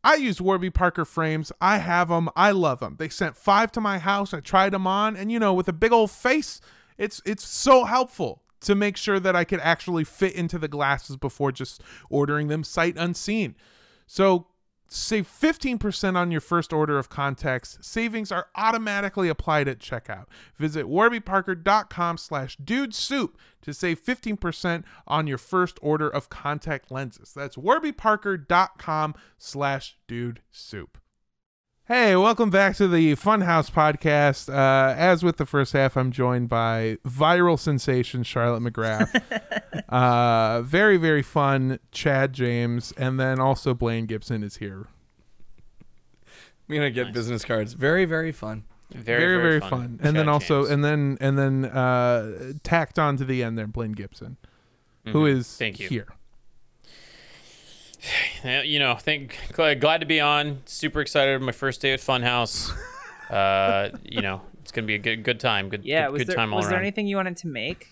S1: I use Warby Parker frames. I have them. I love them. They sent five to my house. I tried them on, and you know, with a big old face, it's it's so helpful to make sure that I could actually fit into the glasses before just ordering them sight unseen. So save 15% on your first order of contacts. Savings are automatically applied at checkout. Visit warbyparker.com slash dude soup to save 15% on your first order of contact lenses. That's warbyparker.com slash dude soup. Hey, welcome back to the Funhouse podcast. Uh, as with the first half, I'm joined by viral sensation Charlotte McGrath. uh, very, very fun Chad James, and then also Blaine Gibson is here.
S3: I'm gonna get business cards. Very, very fun.
S4: Very, very,
S1: fun. And then
S4: Chad
S1: also,
S4: James.
S1: and then and then uh, tacked on to the end there, Blaine Gibson, who is
S4: Mm-hmm. Thank you.
S1: here.
S4: Yeah, you know, thank glad, glad to be on. Super excited. My first day at Funhouse. uh, you know, it's gonna be a good good time. Good
S2: Yeah,
S4: good,
S2: was
S4: good
S2: there
S4: time all
S2: was there
S4: around.
S2: anything you wanted to make?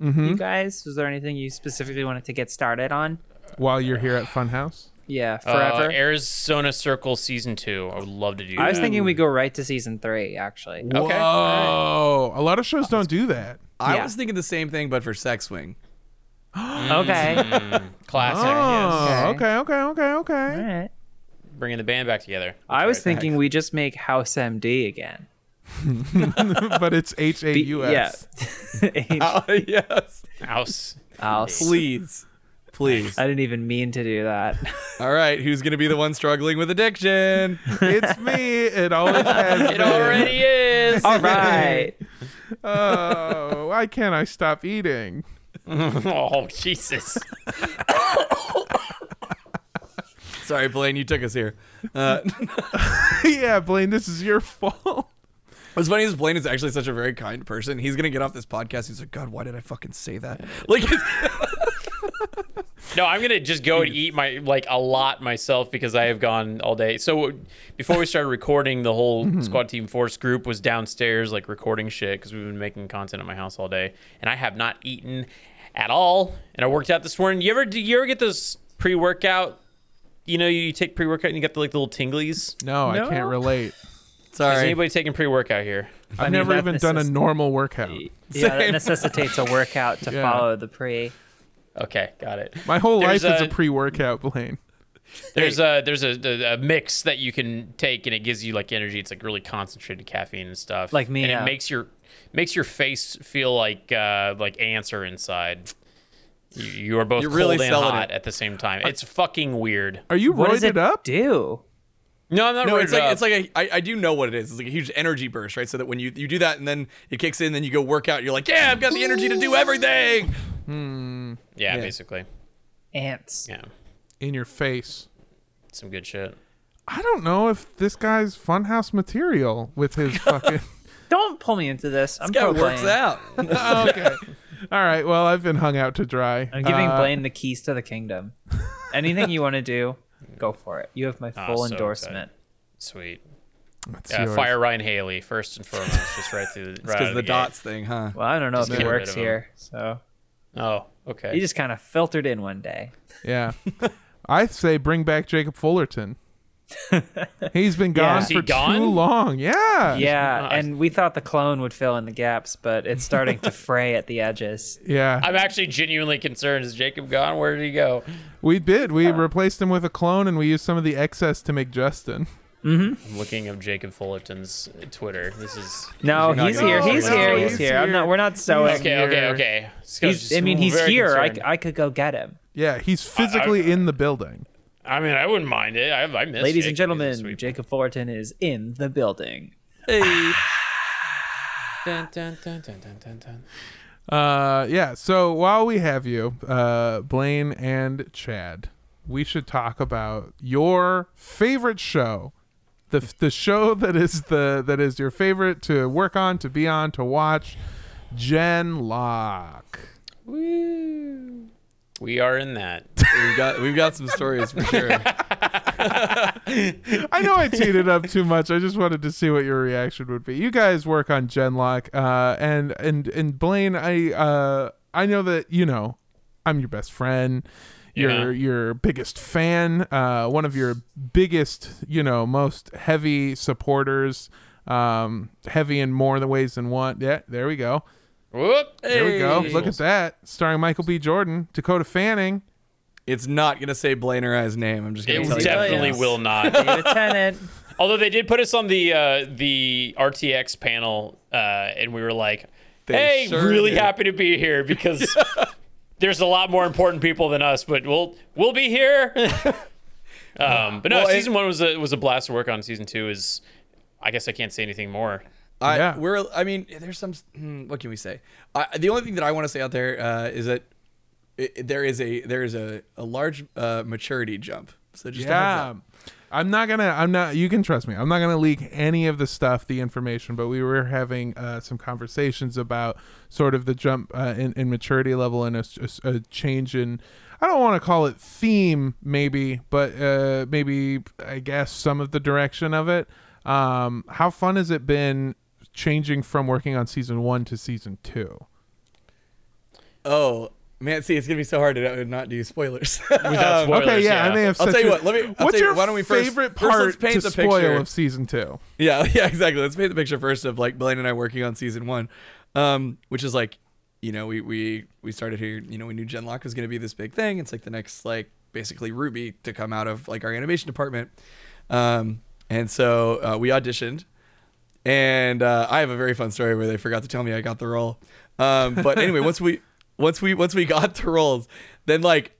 S1: Mm-hmm.
S2: You guys, was there anything you specifically wanted to get started on?
S1: While you're here at Funhouse,
S2: Yeah,
S4: Uh,
S2: forever.
S4: Arizona Circle season two. I would love to do.
S2: I was
S4: that.
S2: thinking we go right to season three, actually.
S3: Okay.
S1: Whoa! A lot of shows don't do that.
S3: I
S2: Yeah.
S3: was thinking the same thing, but for sex swing.
S2: Okay.
S4: classic. yes.
S1: Oh, okay,
S2: Okay.
S1: okay, okay, okay.
S2: All right.
S4: Bringing the band back together.
S2: I was thinking we just make House MD again.
S1: but it's H A
S2: Be-
S1: U S.
S2: Yeah. H-
S3: Oh, yes.
S4: house.
S2: House.
S3: Please. Please.
S2: I didn't even mean to do that.
S3: All right. Who's gonna be the one struggling with addiction?
S1: It's me. It always has.
S4: It
S1: been.
S4: already is.
S2: All right.
S1: Oh, why can't I stop eating?
S4: oh Jesus.
S3: Sorry, Blaine. You took us here. Uh,
S1: yeah, Blaine, this is your fault.
S3: What's funny is Blaine is actually such a very kind person. He's gonna get off this podcast. He's like, God, why did I fucking say that? Like, it's-
S4: No, I'm gonna just go and eat my like a lot myself because I have gone all day. So before we started recording, the whole
S1: Mm-hmm.
S4: squad team force group was downstairs like recording shit because we've been making content at my house all day, and I have not eaten at all. And I worked out this morning. You ever do you ever get those pre workout? You know, you take pre workout and you get the like little tinglies.
S1: No, I can't
S2: No.
S1: relate.
S4: Is
S3: sorry.
S4: anybody taking pre workout here?
S1: I've
S2: mean,
S1: never
S2: that-
S1: even
S2: this
S1: done a
S2: is-
S1: normal workout.
S2: Yeah,
S3: Same.
S2: that necessitates a workout to
S1: Yeah.
S2: follow the pre.
S4: Okay, got it.
S1: My whole
S4: There's
S1: life is
S4: a-
S1: a pre-workout, Blaine.
S4: There's a there's a, a, a mix that you can take and it gives you like energy. It's like really concentrated caffeine and stuff.
S2: Like me,
S4: and
S2: yeah.
S4: it makes your makes your face feel like uh, like ants are inside. You, you are both
S3: You're
S4: cold
S3: really
S4: and
S3: selling
S4: hot
S3: it.
S4: at the same time. It's fucking weird.
S1: Are you
S2: What
S1: roided
S2: does it
S1: up?
S2: do?
S4: No, I'm not.
S3: No,
S4: worried
S3: it's like
S4: about-
S3: it's like a, I, I do know what it is. It's like a huge energy burst, right? So that when you you do that and then it kicks in, then you go work out. You're like, yeah, I've got the energy to do everything.
S4: yeah,
S3: yeah.
S4: basically,
S2: Ants.
S4: yeah,
S1: In your face.
S4: some good shit.
S1: I don't know if this guy's funhouse material with his fucking.
S2: Don't pull me into this. I'm
S3: Guy
S2: pro
S3: works
S2: Blaine.
S3: out.
S1: okay. All right. Well, I've been hung out to dry.
S2: I'm giving
S1: Uh,
S2: Blaine the keys to the kingdom. Anything you want to do, go for it. You have my
S4: Ah,
S2: full
S4: so
S2: endorsement.
S4: Sweet.
S1: it's
S4: Yeah,
S1: yours.
S4: fire Ryan Haley first and foremost, just right through. Because
S3: Because the dots thing, huh?
S2: Well, I don't know
S4: Just
S2: if it
S4: get rid
S2: works
S4: of 'em.
S2: here, so
S4: Oh, okay.
S2: he just kind of filtered in one day.
S1: Yeah. I say bring back Jacob Fullerton. He's been
S2: Yeah.
S1: gone
S2: Is
S4: he
S1: for
S4: gone?
S1: too long. Yeah.
S2: Yeah,
S4: I-
S2: and we thought the clone would fill in the gaps, but it's starting to fray at the edges.
S1: Yeah.
S4: I'm actually genuinely concerned. Is Jacob gone? Where did he go?
S1: we did. We replaced him with a clone and we used some of the excess to make Justin.
S4: I'm looking up Jacob Fullerton's Twitter. This is
S2: No,
S3: not
S2: he's
S3: gonna
S2: here.
S3: do
S2: He's
S3: that.
S2: here.
S3: No,
S2: He's
S1: he's
S2: here. I'm not.
S1: here.
S2: We're not sewing.
S4: okay, okay, okay. This guy's
S2: He's,
S4: just
S2: I mean, he's
S4: very
S2: here. I,
S4: concerned.
S2: I could go get him.
S1: Yeah. He's physically in the building.
S4: I mean, I wouldn't mind it. I, I
S2: Ladies
S4: miss Jacob.
S2: and
S4: He's a
S2: gentlemen,
S4: sweet-
S2: Jacob Fullerton is in the building.
S4: Dun, dun, dun, dun, dun, dun, dun.
S1: Uh, yeah. So while we have you, uh, Blaine and Chad, we should talk about your favorite show, the the show that is the that is your favorite to work on, to be on, to watch. Jen Locke.
S4: We are in that.
S3: We've got we've got some stories for sure.
S1: I know I teed it up too much. I just wanted to see what your reaction would be. You guys work on Genlock, uh, and and and Blaine, I uh, I know that you know I'm your best friend, your your biggest fan, uh, one of your biggest, you know, most heavy supporters, um, heavy in more than ways than one. Yeah, there we go.
S4: Whoop.
S1: There we go.
S4: Hey.
S1: Look at that. Starring Michael B. Jordan, Dakota Fanning.
S3: it's not gonna say Blaine or I's name. I'm just gonna
S4: It
S3: tell you. that
S4: definitely
S3: now.
S4: will not.
S2: David Tennant.
S4: Although they did put us on the uh, the RTX panel, uh, and we were like,
S3: They
S4: "Hey,
S3: sure
S4: really
S3: did.
S4: happy to be here because there's a lot more important people than us, but we'll we'll be here." um, but no,
S3: Well, it-
S4: season one was a was a blast to work on. Season two is, I guess I can't say anything more.
S3: I,
S1: Yeah.
S3: we're. I mean, there's some. hmm, What can we say? I, the only thing that I want to say out there uh, is that it, there is a there is a a large uh, maturity jump. So just a heads
S1: Yeah.
S3: up.
S1: I'm not gonna. I'm not. You can trust me. I'm not gonna leak any of the stuff, the information. But we were having uh, some conversations about sort of the jump uh, in, in maturity level and a, s- a change in. I don't want to call it theme, maybe, but uh, maybe I guess some of the direction of it. Um, how fun has it been changing from working on season one to season two?
S3: Oh man, see, it's gonna be so hard to not do spoilers.
S4: Without spoilers,
S1: okay, yeah, I may have.
S3: I'll
S1: said
S3: tell you
S1: to-
S3: what, let me- I'll
S1: what's
S3: tell you-
S1: your
S3: why don't we first-
S1: favorite
S3: first let's
S1: part
S3: paint
S1: to
S3: the
S1: spoil
S3: picture.
S1: of season two?
S3: Yeah, yeah, exactly. Let's paint the picture first of like Blaine and I working on season one, um, which is like, you know, we we we started here. You know, we knew Gen Lock was going to be this big thing. It's like the next like basically Ruby to come out of like our animation department, um, and so uh, we auditioned, and uh, I have a very fun story where they forgot to tell me I got the role. Um, but anyway, once we once we once we got the roles, then like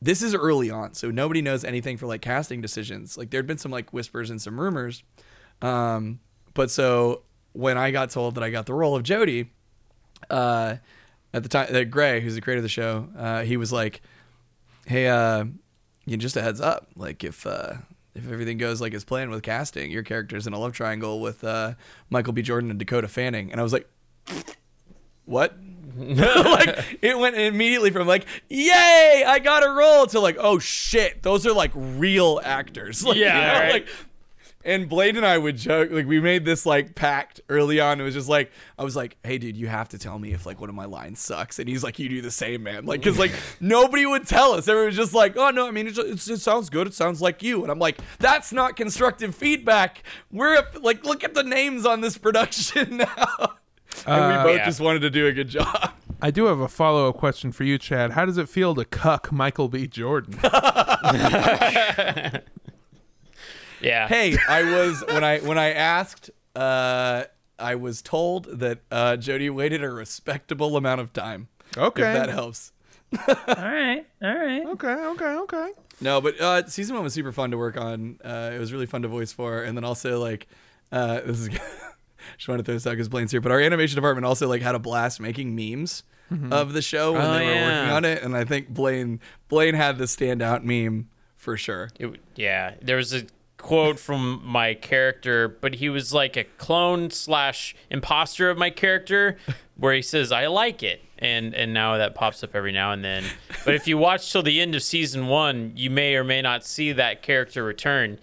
S3: this is early on, so nobody knows anything for like casting decisions. Like there'd been some like whispers and some rumors, um, but so when I got told that I got the role of Jody, uh, at the time, that Gray, who's the creator of the show, uh, he was like, "Hey, uh, you know, just a heads up, like if uh, if everything goes like as planned with casting, your character's in a love triangle with uh, Michael B. Jordan and Dakota Fanning," and I was like, "What?" like it went immediately from like yay I got a role to like oh shit those are like real actors like,
S4: Yeah,
S3: you know,
S4: right.
S3: like and Blade and I would joke, like we made this like pact early on. It was just like I was like, "Hey, dude, you have to tell me if like one of my lines sucks." And he's like, "You do the same, man." Like, cause like nobody would tell us. Everyone was just like, "Oh no, I mean, it, just, it sounds good. It sounds like you." And I'm like, "That's not constructive feedback. We're up, like, look at the names on this production now." and we both
S4: yeah.
S3: just wanted to do a good job.
S1: I do have a follow up question for you, Chad. How does it feel to cuck Michael B. Jordan?
S4: Yeah.
S3: hey i was when i when i asked uh i was told that uh jody waited a respectable amount of time
S1: Okay.
S3: if that helps
S2: All right, all right.
S1: okay, okay, okay.
S3: no but uh season one was super fun to work on uh it was really fun to voice for and then also like uh this is just wanted to throw this out because blaine here but our animation department also like had a blast making memes of the show when
S4: Oh,
S3: they were
S4: yeah.
S3: working on it and i think blaine blaine had the standout meme for sure
S4: It, yeah, there was a quote from my character, but he was like a clone slash imposter of my character, where he says, "I like it," and and now that pops up every now and then. But if you watch till the end of season one, you may or may not see that character return.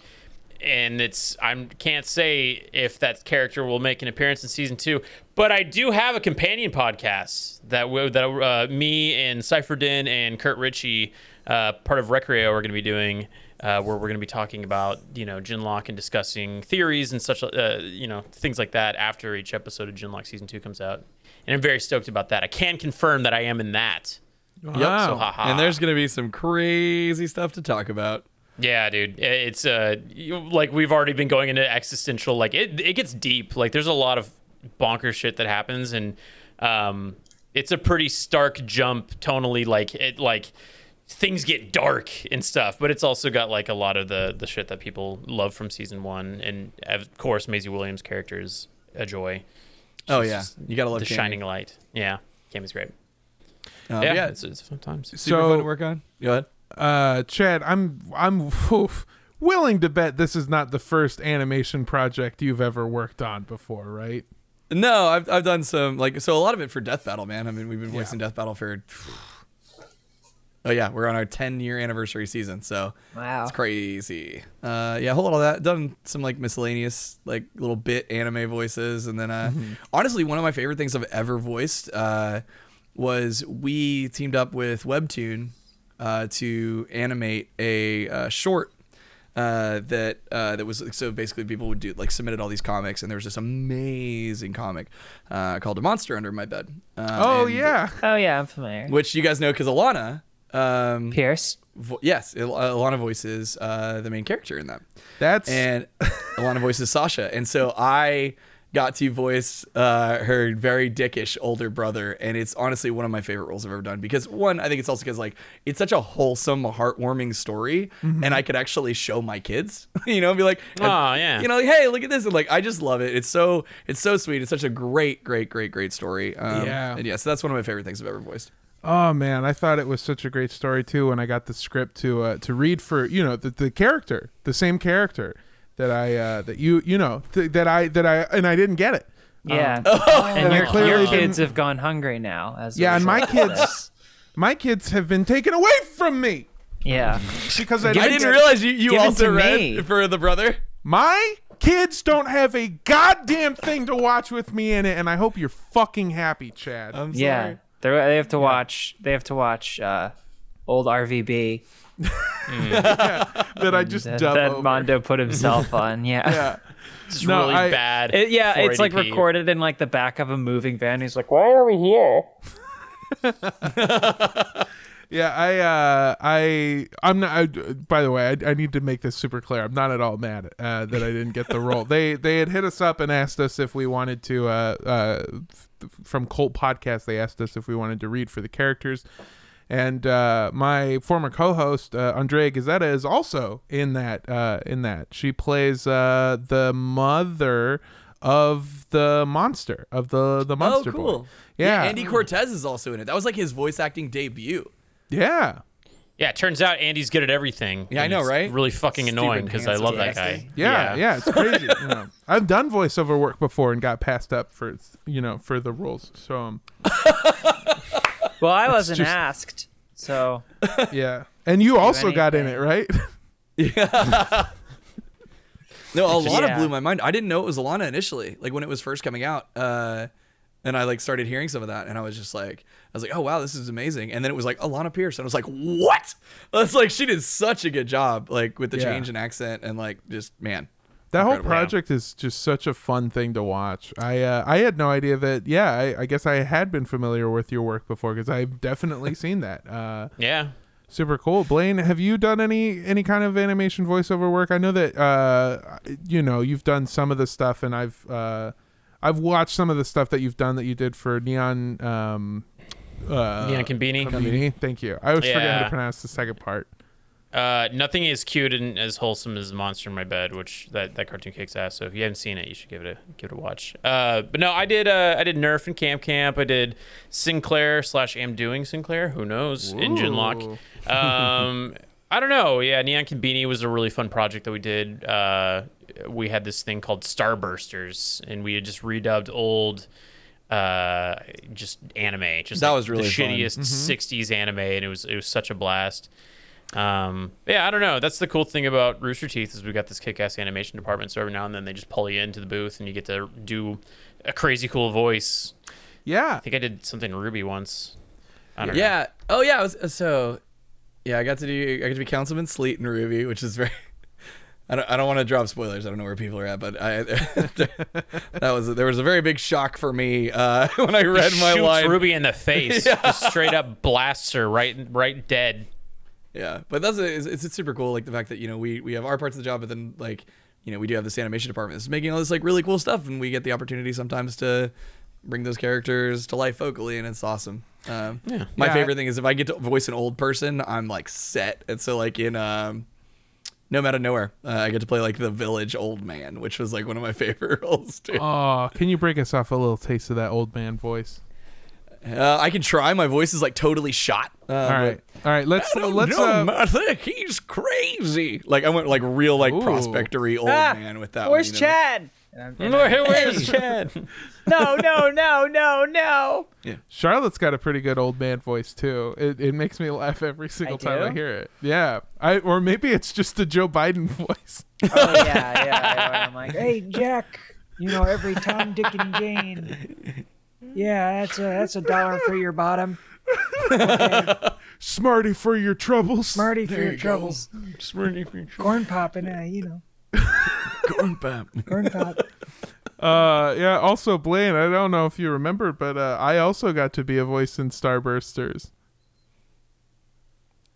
S4: And it's I can't say if that character will make an appearance in season two, but I do have a companion podcast that w- that uh, me and Cypherdin and Kurt Ritchie, uh, part of Recreo, are going to be doing uh, where we're going to be talking about you know Genlock and discussing theories and such uh, you know things like that after each episode of Genlock season two comes out, and I'm very stoked about that. I can confirm that I am in that.
S1: Wow.
S4: So haha.
S3: And there's gonna be some crazy stuff to talk about.
S4: yeah, dude, I- it's uh you- like we've already been going into existential like it it gets deep. Like there's a lot of bonker shit that happens and um it's a pretty stark jump tonally like it like things get dark and stuff, but it's also got like a lot of the the shit that people love from season 1 and of course Maisie Williams' character is a joy.
S3: oh
S4: She's
S3: yeah,
S4: just
S3: you gotta love
S4: the
S3: Jamie.
S4: shining light. Yeah. Cammy's great.
S3: Um,
S4: yeah,
S3: yeah, it's
S4: it's, it's fun times.
S3: super
S1: So-
S3: fun to work on. Go ahead.
S1: uh chad i'm i'm oof, willing to bet this is not the first animation project you've ever worked on before right
S3: No, I've I've done some like so a lot of it for Death Battle, man. I mean, we've been voicing Death Battle for. Oh yeah, we're on our 10 year anniversary season, so
S2: Wow.
S3: it's crazy. Uh, yeah, a whole lot of that. Done some like miscellaneous like little bit anime voices, and then uh,
S1: Mm-hmm.
S3: honestly, one of my favorite things I've ever voiced uh, was we teamed up with Webtoon uh, to animate a uh, short uh, that uh, that was so basically people would do like submitted all these comics and there was this amazing comic uh, called a monster under my bed uh,
S1: oh
S3: and-
S1: yeah
S2: Oh yeah, I'm familiar.
S3: which you guys know because alana um
S2: Pierce.
S1: Oh.
S3: vo- yes Il- uh, alana voices uh, the main character in that
S1: that's
S3: and alana voices sasha and so i got to voice uh, her very dickish older brother and it's honestly one of my favorite roles i've ever done because one i think it's also because like it's such a wholesome heartwarming story
S2: Mm-hmm.
S3: and i could actually show my kids you know be like
S4: Aw, yeah.
S3: you know like, hey look at this and like i just love it it's so it's so sweet it's such a great great great great story um,
S1: Yeah.
S3: and yeah so that's one of my favorite things i've ever voiced
S1: oh man i thought it was such a great story too when i got the script to uh to read for you know the, the character the same character that i uh that you you know th- that i that i and i didn't get it
S2: Yeah. and
S1: And I
S2: your,
S1: Oh, clearly
S2: your
S1: didn't-
S2: kids have gone hungry now. As a
S1: yeah and my
S2: result of this.
S1: kids my kids have been taken away from me
S2: Yeah.
S1: because i didn't,
S2: Give it
S3: I
S1: get
S3: didn't
S1: it.
S3: realize you, you
S2: give it
S3: also
S2: to
S3: read
S2: me.
S3: for the brother.
S1: My kids don't have a goddamn thing to watch with me in it, and I hope you're fucking happy, Chad.
S2: Yeah. They're, they have to watch. They have to watch uh, old RVB
S1: that I just
S2: that,
S1: dub
S2: that
S1: over.
S2: Mondo put himself on. Yeah.
S1: Yeah.
S4: It's
S1: No,
S4: really
S1: I-
S4: bad.
S2: It- yeah, it's like
S4: 480p.
S2: recorded in like the back of a moving van. He's like, "Why are we here?"
S1: Yeah, I, uh, I, I'm not. I, by the way, I, I need to make this super clear. I'm not at all mad uh, that I didn't get the role. they, they had hit us up and asked us if we wanted to. Uh, uh, f- from Colt Podcast, they asked us if we wanted to read for the characters, and uh, my former co-host uh, Andrea Gazetta is also in that. Uh, in that, she plays uh, the mother of the monster of the the monster boy. Yeah,
S3: Andy Cortez is also in it. That was like his voice acting debut.
S1: yeah.
S4: Yeah, it turns out Andy's good at everything.
S3: Yeah, I
S4: and
S3: know,
S4: it's
S3: right?
S4: Really fucking
S3: Stupid
S4: annoying because I
S3: handsome
S4: love that
S3: bastard.
S4: guy.
S1: Yeah, yeah, it's crazy. you know. I've done voiceover work before and got passed up for you know for the roles. So um,
S2: Well, I wasn't
S1: just-
S2: asked, so
S1: yeah, and you also got in it,
S2: anything.
S1: right?
S3: No, Alana
S2: Yeah.
S3: blew my mind. I didn't know it was Alana initially. Like when it was first coming out, uh, and I like started hearing some of that, and I was just like, I was like, oh wow, this is amazing. And then it was like Alana Pierce, and I was like, what? That's like she did such a good job, like with the
S1: Yeah.
S3: change in accent and like just man.
S1: That whole
S3: Incredible, yeah.
S1: project is just such a fun thing to watch. I uh, I had no idea that. Yeah, I, I guess I had been familiar with your work before because I've definitely seen that. Uh,
S4: Yeah.
S1: super cool. Blaine, have you done any any kind of animation voiceover work? I know that uh, you know you've done some of the stuff, and I've uh, I've watched some of the stuff that you've done that you did for Neon. Um, uh,
S4: Neon Combini.
S1: Combini. Thank you. I always forget how to
S4: Yeah.
S1: pronounce the second part.
S4: Uh, nothing is cute and as wholesome as Monster in My Bed, which that, that cartoon kicks ass. So if you haven't seen it, you should give it a give it a watch. Uh, but no, I did uh, I did Nerf and Camp Camp. I did Sinclair slash Am Doing Sinclair. Who knows? Engine Lock. Um, I don't know. Yeah, Neon Combini was a really fun project that we did. Uh, we had this thing called Starbursters, and we had just redubbed old, uh, just anime. Just
S3: That
S4: like
S3: was really
S4: the
S3: fun.
S4: shittiest
S1: Mm-hmm.
S4: '60s anime, and it was it was such a blast. Um, yeah, I don't know. That's the cool thing about Rooster Teeth is we got this kick-ass animation department. So every now and then they just pull you into the booth, and you get to do a crazy cool voice.
S1: Yeah.
S4: I think I did something Ruby once. I don't know.
S3: Yeah. Oh yeah. it was- so, yeah, I got to do. I got to be Councilman Sleet in Ruby, which is very. I don't. I don't want to drop spoilers. I don't know where people are at, but I. that was there was a very big shock for me uh, when I read my
S4: shoots
S3: line.
S4: Ruby in the face, just straight up blasts her right, right dead.
S3: Yeah, but that's a, it's, it's super cool. Like the fact that you know we we have our parts of the job, but then like you know we do have this animation department that's making all this like really cool stuff, and we get the opportunity sometimes to bring those characters to life vocally, and it's awesome. Um, My
S1: Yeah.
S3: favorite thing is if I get to voice an old person, I'm like set. And so like in um, No Matter Nowhere, uh, I get to play like the village old man, which was like one of my favorite roles too.
S1: Oh, can you break us off a little taste of that old man voice?
S3: Uh, I can try. My voice is like totally shot. Uh,
S1: All right, all right. Let's
S3: No,
S1: let's.
S3: no,
S1: uh,
S3: mother, he's crazy. Like I went like real like
S1: Ooh.
S3: prospectory old
S2: Ah,
S3: man with that.
S2: Where's
S3: one, you know?
S2: Chad? And I'm- and I'm-
S4: Where's Chad?
S2: no, no, no, no, no.
S1: Charlotte's got a pretty good old man voice too. It, it makes me laugh every single time I
S2: do?
S1: hear it. Yeah, I or maybe it's just a Joe Biden voice.
S2: Oh yeah, yeah. yeah. I'm like, hey Jack, you know every Tom, Dick, and Jane. Yeah, that's a that's a dollar for your bottom,
S1: Smarty for your troubles.
S2: Marty for your troubles,
S3: Smirny feature.
S2: corn pop, and uh, you know
S3: Corn pop.
S2: corn pop.
S1: Uh, yeah. Also, Blaine, I don't know if you remember, but uh, I also got to be a voice in Starbursters.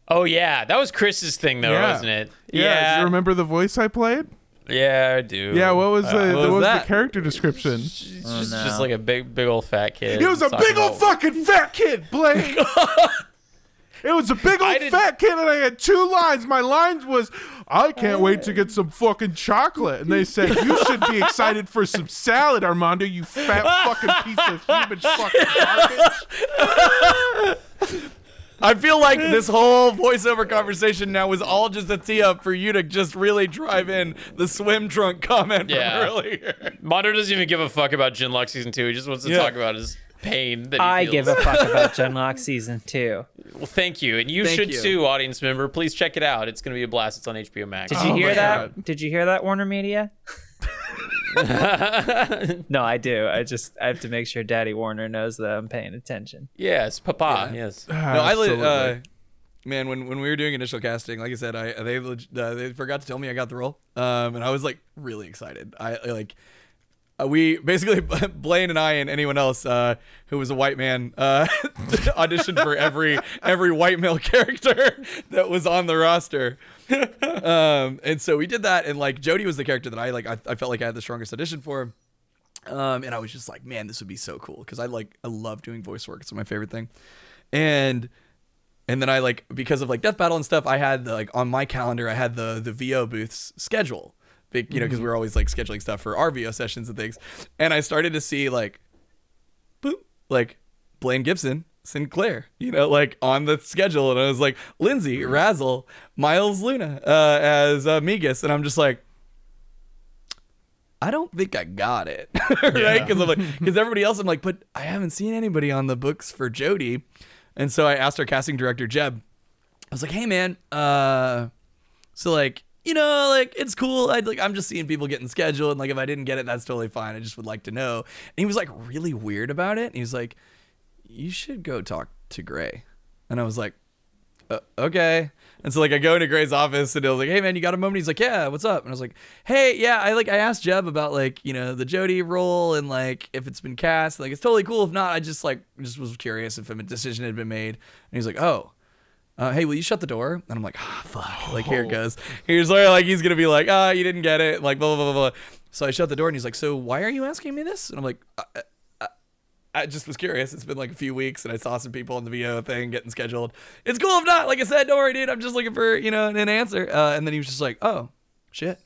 S4: Oh yeah, that was Chris's thing though,
S1: Yeah.
S4: wasn't it?
S1: do
S4: Yeah,
S1: you remember the voice I played?
S4: yeah, I do. Uh,
S1: Yeah. What was the
S3: what
S1: what
S3: was
S1: was
S3: that?
S1: the character description?
S4: She's just, just like a big, big old fat kid.
S1: It was a
S4: talking
S1: big old
S4: about-
S1: fucking fat kid, Blake. it was a big
S4: I
S1: old
S4: didn't-
S1: fat kid, and I had two lines. My lines was, "I can't wait to get some fucking chocolate," and they said, "You should be excited for some salad, Armando. You fat fucking piece of human fucking garbage."
S3: I feel like this whole voiceover conversation now was all just a tee up for you to just really drive in the swim trunk comment
S4: Yeah.
S3: from earlier.
S4: Mondo doesn't even give a fuck about Genlock season two. He just wants to
S3: Yeah.
S4: talk about his pain that he
S2: I
S4: feels.
S2: give a fuck about Genlock season two.
S4: Well, thank you, and you
S3: Thank
S4: should
S3: you.
S4: too, audience member. Please check it out. It's gonna be a blast. It's on HBO Max.
S2: Did you
S1: Oh my
S2: hear that?
S1: God.
S2: Did you hear that, Warner Media? no, I do. I just I have to make sure Daddy Warner knows that I'm paying attention.
S4: yes, Papa.
S3: Yeah.
S4: Yes.
S3: No, I li-
S1: Absolutely.
S3: uh, man, when when we were doing initial casting, like I said, I they leg- uh, they forgot to tell me I got the role, um, and I was like really excited. I I, like. Uh, we basically Blaine and I and anyone else uh, who was a white man uh, auditioned for every every white male character that was on the roster, um, and so we did that. And like Jody was the character that I like. I, I felt like I had the strongest audition for. Um, and I was just like, man, this would be so cool because I like I love doing voice work. It's my favorite thing. And and then I like because of like Death Battle and stuff, I had the, like on my calendar, I had the the VO booths schedule, Big- you know, because we were always like scheduling stuff for our VO sessions and things. And I started to see like, boop, like Blaine Gibson, Sinclair, you know, like on the schedule, and I was like Lindsay Razzle, Miles Luna uh, as uh, Migas, and I'm just like. I don't think I got it, right? Because I'm like, because everybody else, I'm like, but I haven't seen anybody on the books for Jody, and so I asked our casting director Jeb. I was like, hey man, uh, so like, you know, like it's cool. I like I'm just seeing people getting scheduled, and like if I didn't get it, that's totally fine. I just would like to know. And he was like really weird about it. And he was like, you should go talk to Gray, and I was like, uh, okay. And so like I go into Gray's office and I was like, hey man, you got a moment? He's like, yeah, what's up? And I was like, hey, yeah, I like I asked Jeb about like you know the Jody role and like if it's been cast, like it's totally cool. If not, I just like just was curious if a decision had been made. And he's like, oh. Uh, hey, will you shut the door? And I'm like, ah, fuck. Like, here it goes. Here's where, like, he's gonna be like, ah, you didn't get it. Like, blah blah blah blah. So I shut the door, and he's like, so why are you asking me this? And I'm like, "Uh, I, I, I just was curious. It's been like a few weeks, and I saw some people on the VO thing getting scheduled. It's cool if not. Like I said, don't worry, dude. I'm just looking for you know an answer. Uh, and then he was just like, oh, shit.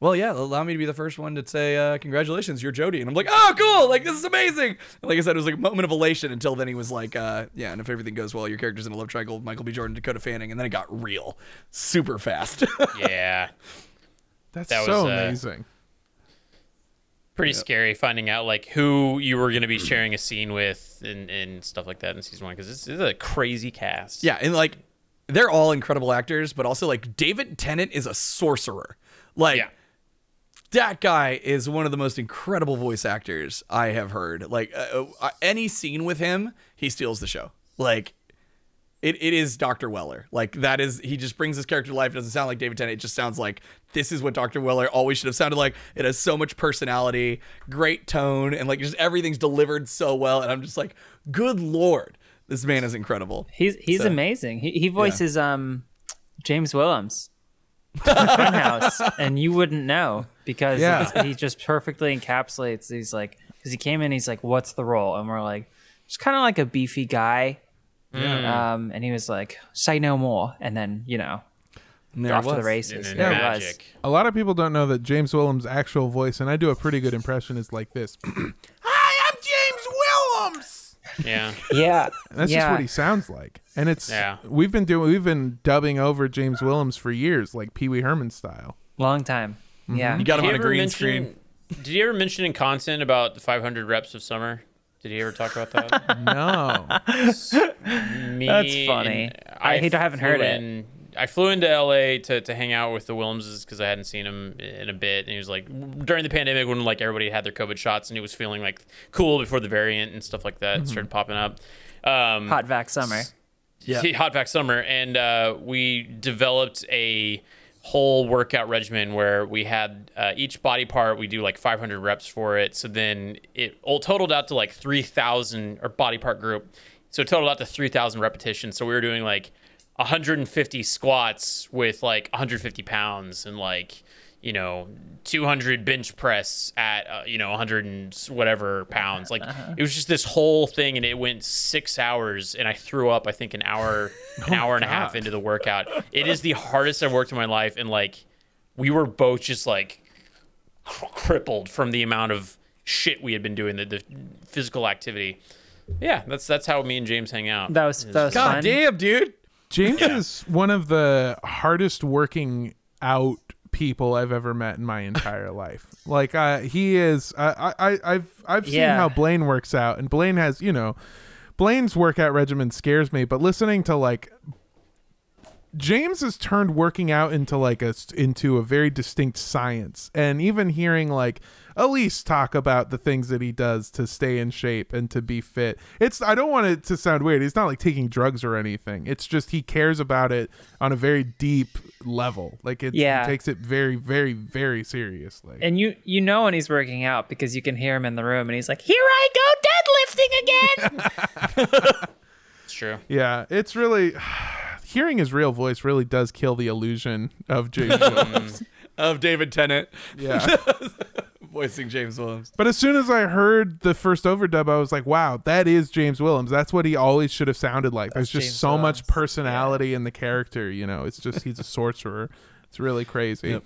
S3: well, yeah, allow me to be the first one to say, uh, congratulations, you're Jody. And I'm like, oh, cool. Like, this is amazing. And like I said, it was like a moment of elation until then he was like, uh, yeah, and if everything goes well, your character's in a love triangle with Michael B. Jordan, Dakota Fanning. And then it got real super fast.
S4: yeah.
S1: That's
S4: That
S1: so
S4: was, uh,
S1: amazing.
S4: Pretty scary finding out like who you were going to be sharing a scene with and, and stuff like that in season one because it's, it's a crazy cast.
S3: Yeah, and like they're all incredible actors, but also like David Tennant is a sorcerer. Like
S4: Yeah.
S3: that guy is one of the most incredible voice actors I have heard. Like uh, uh, any scene with him, he steals the show. Like it, it is Dr. Weller. Like that is he just brings his character to life. It doesn't sound like David Tennant. It just sounds like this is what Dr. Weller always should have sounded like. It has so much personality, great tone, and like just everything's delivered so well. And I'm just like, good lord, this man is incredible.
S2: He's he's
S3: So-
S2: amazing. He he voices um James Willems. Funhouse, and you wouldn't know because
S1: Yeah.
S2: it's- he just perfectly encapsulates these like because he came in he's like what's the role and we're like just kind of like a beefy guy
S3: Mm.
S2: um and he was like say no more and then you know
S3: And
S2: they're
S3: there
S2: off
S3: it
S2: to the
S3: was.
S4: And
S2: races
S4: then
S2: There it was.
S4: magic.
S1: A lot of people don't know that James Willems' actual voice, and I do a pretty good impression, is like this. Hi, I'm James Willems.
S4: Yeah.
S2: yeah
S1: That's
S2: yeah.
S1: just what he sounds like. And it's
S4: Yeah.
S1: we've been doing we've been dubbing over James Willems for years, like Pee Wee Herman style.
S2: long time
S1: Mm-hmm.
S2: yeah
S3: You got him
S4: Did
S3: on
S4: he
S3: a
S4: ever
S3: green
S4: mention-
S3: screen.
S4: Did he ever mention in content about the 500 reps of summer? Did he ever talk about that?
S1: No.
S4: Me
S2: That's funny.
S4: and
S2: I hate I haven't
S4: flew
S2: heard it.
S4: in- I flew into LA to, to hang out with the Willemses because I hadn't seen him in a bit, and he was like during the pandemic when like everybody had their COVID shots and it was feeling like cool before the variant and stuff like
S2: Mm-hmm.
S4: that started popping up. Um,
S2: hot vac summer
S3: Yeah.
S4: yeah. hot pack summer and uh, we developed a whole workout regimen where we had uh, each body part we do like 500 reps for it so then it all totaled out to like 3000 or body part group so it totaled out to 3000 repetitions so we were doing like 150 squats with like 150 pounds and like you know 200 bench press at uh, you know 100 and s- whatever pounds like
S2: Uh-huh.
S4: it was just this whole thing and it went six hours and i threw up i think an hour an hour
S2: Oh,
S4: and a half into the workout it is the hardest i've worked in my life and like we were both just like cr- crippled from the amount of shit we had been doing the, the physical activity yeah that's that's how me and james hang out
S2: that was that was
S3: God
S2: fun
S3: damn, dude.
S1: James is one of the hardest working out people I've ever met in my entire life. Like uh, he is. Uh, I, I I've I've seen
S2: Yeah.
S1: how Blaine works out, and Blaine has you know, Blaine's workout regimen scares me. But listening to like. James has turned working out into like a s- into a very distinct science, and even hearing like Elise talk about the things that he does to stay in shape and to be fit. It's I don't want it to sound weird. He's not like taking drugs or anything. It's just he cares about it on a very deep level. Like it
S2: Yeah.
S1: he takes it very, very, very seriously.
S2: and you you know when he's working out because you can hear him in the room and he's like here i go deadlifting again
S4: it's true
S1: yeah, it's really hearing his real voice really does kill the illusion of James. Willems.
S3: Of David Tennant
S1: yeah.
S3: voicing James Williams.
S1: But as soon as I heard the first overdub, I was like, wow, that is James Willems. That's what he always should have sounded like. There's just
S2: James
S1: so
S2: Willems.
S1: much personality in the character, you know. It's just he's a sorcerer. It's really crazy.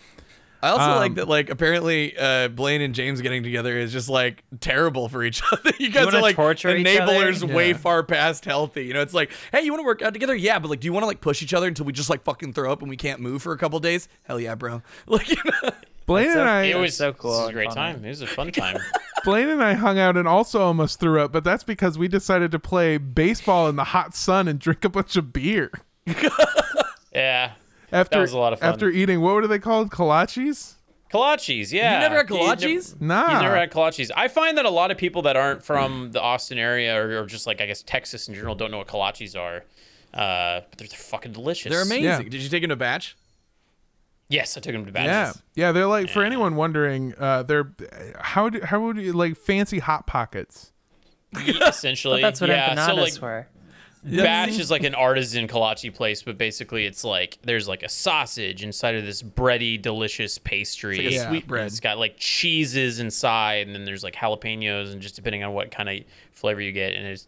S3: I also like that, like, apparently uh, Blaine and James getting together is just, like, terrible for each other. You guys
S2: wanna
S3: are, like,
S2: torture each
S3: enablers
S2: other?
S3: way
S1: Yeah.
S3: far past healthy. You know, it's like, hey, you want to work out together? Yeah, but, like, do you want to, like, push each other until we just, like, fucking throw up and we can't move for a couple days? Hell yeah, bro. Like, you know,
S1: Blaine and I
S4: it was
S2: so
S4: so
S2: cool
S4: cool it was a
S2: and
S4: great
S2: fun.
S4: time it was a fun time
S1: Blaine and I hung out and also almost threw up, but that's because we decided to play baseball in the hot sun and drink a bunch of beer.
S4: yeah
S1: After
S4: was a lot of fun.
S1: after eating what were they called? Kolaches?
S4: Kolaches, yeah.
S3: never had
S4: You nev-
S3: kolaches?
S1: Nah.
S4: He's never had kolaches. I find that a lot of people that aren't from the Austin area or, or just like I guess Texas in general don't know what kolaches are. Uh, but they're, they're fucking delicious.
S3: they're amazing.
S1: Yeah.
S3: Did you take him to batch?
S4: Yes, I took them to
S1: Yeah,
S4: batches.
S1: yeah. They're like for anyone wondering, uh, they're how do how would you like fancy hot pockets?
S4: Yeah. Essentially,
S2: that's what
S4: yeah.
S2: empanadas
S4: So like
S2: were
S4: batch is like an artisan kolache place, but basically it's like there's like a sausage inside of this bready, delicious pastry.
S1: a Yeah.
S3: sweetbread.
S4: It's got like cheeses inside, and then there's like jalapenos, and just depending on what kind of flavor you get, and it's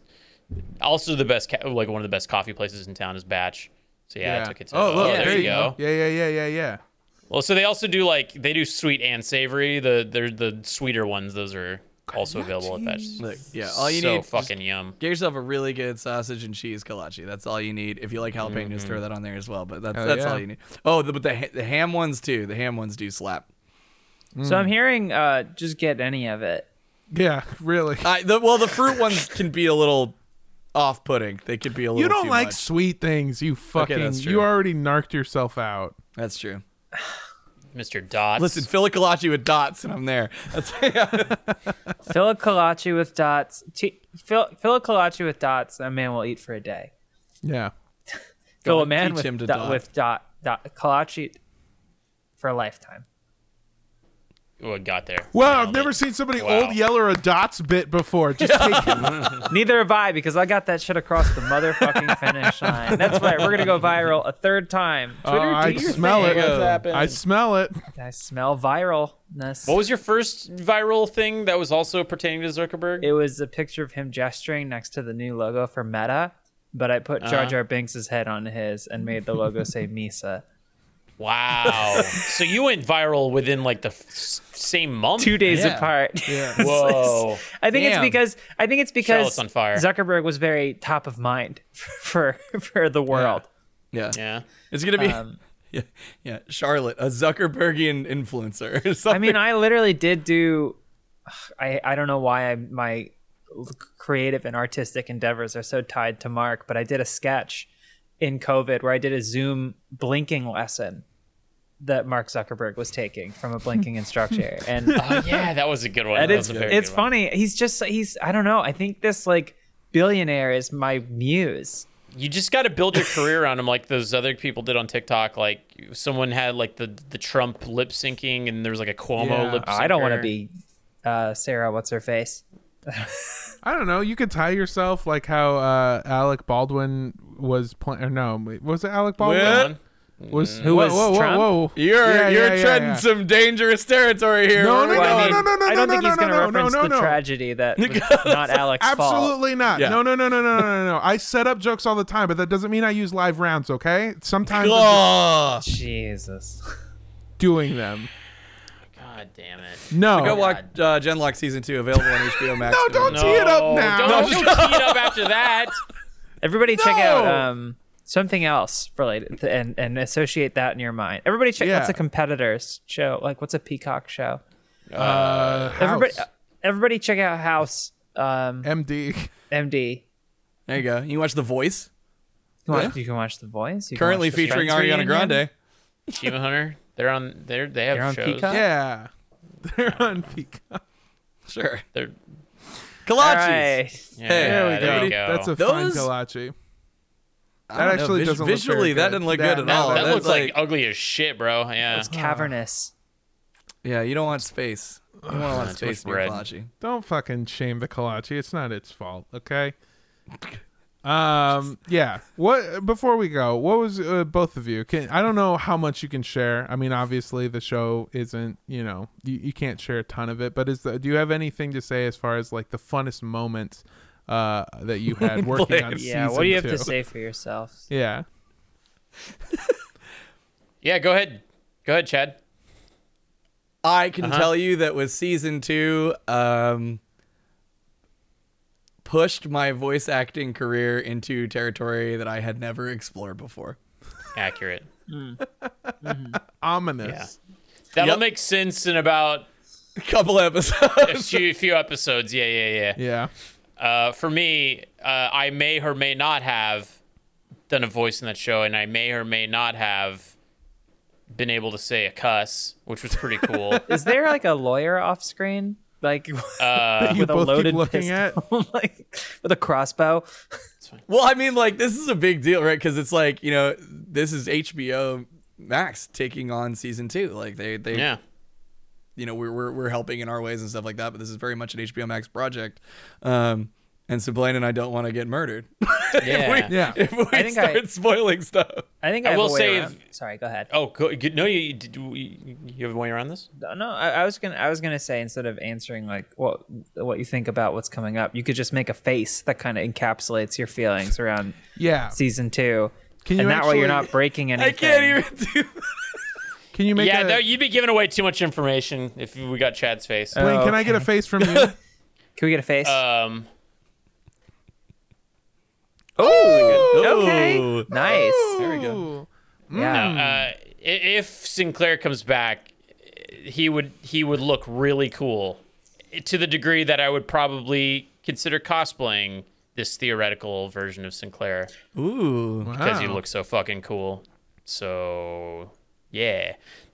S4: also the best, ca- like one of the best coffee places in town is Batch. So yeah, I took it to.
S1: oh, look,
S4: there
S1: there
S4: you go.
S1: Yeah, yeah, yeah, yeah, yeah.
S4: Well, so they also do like they do sweet and savory. The they're the sweeter ones. Those are also available at Fetch.
S3: Look, yeah, all you
S4: so
S3: need. just
S4: fucking yum.
S3: Get yourself a really good sausage and cheese kolache. That's all you need. If you like jalapenos, throw that on there as well. But that's
S1: Mm-hmm. Hell
S3: that's
S1: yeah.
S3: all you need. Oh, the, but the ha- the ham ones too. The ham ones do slap.
S2: So I'm hearing uh, just get any of it.
S1: Yeah, really.
S3: I, the, well, the fruit ones can be a little off-putting. They could be a little.
S1: You don't
S3: too
S1: like
S3: much.
S1: sweet things. You fucking.
S3: that's true.
S1: you already narked yourself out.
S3: That's true.
S4: Mr. Dots.
S3: Listen, fill a kolache with dots, and I'm there. That's
S2: Fill a kolache with dots. T- fill, fill a kolache with dots. A man will eat for a day.
S1: Yeah.
S2: Fill a
S3: Don't
S2: man
S3: teach
S2: with
S3: him to
S2: dot,
S3: dot.
S2: with dot dot kolache for a lifetime.
S4: Oh, it got there.
S1: Wow,
S4: Nailed
S1: I've never
S4: it.
S1: seen somebody
S4: Wow.
S1: old yeller a dots bit before. Just take it.
S2: Neither have I because I got that shit across the motherfucking finish line. That's right. We're gonna go viral a third time.
S1: Oh,
S2: Twitter,
S1: I
S2: do your
S1: smell
S2: thing.
S1: it.
S3: What's happening?
S1: I smell it.
S2: I smell viralness.
S4: What was your first viral thing that was also pertaining to Zuckerberg?
S2: it was a picture of him gesturing next to the new logo for Meta, but I put Jar Jar Binks' head on his and made the logo say Misa.
S4: Wow. so you went viral within like the f- s- same month.
S2: Two days
S3: Yeah.
S2: apart.
S4: Whoa.
S2: I think it's
S3: Damn.
S2: because I think it's because
S4: Charlotte's on fire.
S2: Zuckerberg was very top of mind for for the world.
S3: yeah.
S4: yeah.
S3: It's gonna be.
S2: Um,
S3: yeah, yeah, Charlotte, a Zuckerbergian influencer. or
S2: I
S3: something.
S2: mean, I literally did do. I I don't know why I, my creative and artistic endeavors are so tied to Mark, but I did a sketch in COVID where I did a Zoom blinking lesson that Mark Zuckerberg was taking from a blinking instructor, and
S4: Oh, yeah, that was a good one.
S2: and
S4: That
S2: it's
S4: was a very
S2: it's
S4: good one.
S2: funny. He's just he's I don't know. I think this like billionaire is my muse.
S4: You just got to build your career on him, like those other people did on TikTok. Like someone had like the the Trump lip syncing, and there was like a Cuomo
S1: Yeah.
S4: lip.
S2: I don't want
S4: syncer.
S2: to be uh, Sarah. What's her face?
S1: I don't know. You could tie yourself like how uh, Alec Baldwin was playing. No, wait, was it Alec Baldwin?
S3: Well,
S4: One.
S1: Was who whoa,
S2: was
S1: whoa, whoa,
S2: Trump?
S1: whoa.
S3: You're
S1: Yeah,
S3: you're
S1: yeah, yeah,
S3: treading
S1: yeah.
S3: some dangerous territory here.
S1: No,
S3: We're
S1: no,
S2: Well, I mean,
S3: going-
S1: no, no,
S2: I don't
S1: no,
S2: think
S1: no,
S2: he's going to
S1: no, no,
S2: reference
S1: no,
S2: the
S1: no.
S2: tragedy that was not Alex's fault.
S1: Absolutely not.
S3: Yeah.
S1: No, no, no, no, no, no, no, no. I set up jokes all the time, but that doesn't mean I use live rounds. Okay, sometimes I'm
S3: Oh.
S2: Jesus.
S1: just doing them.
S4: God damn it.
S3: Go
S1: No,
S3: watch uh, Genlock season two, available on HBO Max.
S1: no, don't tee it up
S4: No,
S1: now.
S4: Don't, don't tee it up after that.
S2: Everybody, check
S1: No!
S2: out um, something else related to- and and associate that in your mind. Everybody, check
S1: Yeah.
S2: what's a competitor's show? Like, what's a Peacock show?
S1: Uh,
S2: Everybody,
S1: House.
S2: everybody, check out House um,
S1: MD.
S2: MD.
S3: There you go. You can watch The Voice,
S2: You,
S3: Yeah.
S2: watch, you can watch The Voice. You can
S3: currently
S2: watch the
S3: featuring
S2: Friends
S3: Ariana
S2: reunion.
S3: Grande.
S4: Shima Hunter, they're on. They're they have
S2: They're on
S4: shows.
S2: Peacock?
S1: Yeah, they're on Peacock.
S3: Sure.
S4: They're
S2: All
S3: Kolaches.
S2: right.
S4: yeah,
S3: There
S1: There
S4: there
S1: we
S4: you
S1: go.
S4: go.
S1: That's a
S3: Those-
S1: fine kolache. That
S3: I don't know,
S1: actually
S3: vis-
S1: doesn't look
S3: visually.
S1: very
S3: that
S1: good.
S3: didn't look
S1: Yeah,
S3: good at
S1: no,
S3: all.
S1: that
S4: that
S1: that's
S4: looks like, ugly as shit, bro. Yeah.
S1: Uh-huh.
S2: It's cavernous.
S3: yeah. You don't want space. You want a lot of
S4: too much
S3: space in your
S4: bread.
S3: kolache.
S1: Don't fucking shame the kolache. It's not its fault, okay? Um. Yeah. What? Before we go, what was uh, both of you? Can I don't know how much you can share. I mean, obviously the show isn't. You know, you, you can't share a ton of it. But is the, do you have anything to say as far as like the funnest moments uh, that you had working on
S3: Blaze.
S1: season
S2: Yeah. What do you have
S1: two?
S2: to say for yourself?
S1: Yeah.
S4: Yeah. Go ahead. Go ahead, Chad.
S3: I can tell you that with season two, um, pushed my voice acting career into territory that I had never explored before.
S4: Accurate.
S1: Ominous.
S4: That'll
S3: Yep.
S4: make sense in about
S3: couple
S4: a
S3: episodes.
S4: few, few episodes. Yeah, yeah, yeah.
S1: Yeah.
S4: Uh, for me, uh, I may or may not have done a voice in that show, and I may or may not have been able to say a cuss, which was pretty cool.
S2: Is there like a lawyer off screen? Like
S4: Uh,
S1: you
S2: with a
S1: both keep
S2: loaded
S1: looking
S2: pistol, like with a crossbow.
S3: well, I mean, like this is a big deal, right? Because it's like you know, this is HBO Max taking on season two. Like they, they,
S4: yeah.
S3: you know, we're, we're we're helping in our ways and stuff like that. But this is very much an HBO Max project. Um, and so Blaine and I don't want to get murdered.
S4: Yeah.
S3: we,
S1: Yeah.
S3: If we
S2: I think I-
S3: start spoiling stuff.
S2: I think I,
S4: will
S2: will
S4: say
S2: say.
S4: if-
S2: Sorry, go ahead.
S4: Oh, go, you- no, you, you, did- you you have a way around this?
S2: No, I, I was gonna. I was gonna say instead of answering like what what you think about what's coming up, you could just make a face that kind of encapsulates your feelings around
S1: Yeah.
S2: season two,
S1: Can you
S2: and that way you're
S1: actually-
S2: not breaking anything.
S3: I can't even
S1: Can
S3: do.
S1: Can you make
S4: yeah,
S1: a
S4: no, you'd be giving away too much information if we got Chad's face.
S1: Blaine, can I get a face from you?
S2: Can we get a face?
S1: Uh,
S4: um,
S2: okay. Nice.
S3: There we go.
S2: Yeah.
S1: Hmm. Mm.
S4: uh, i- if Sinclair comes back, he would he would look really cool, to the degree that I would probably consider cosplaying this theoretical version of Sinclair.
S3: Ooh.
S4: because he
S1: Wow.
S4: looks so fucking cool. So yeah,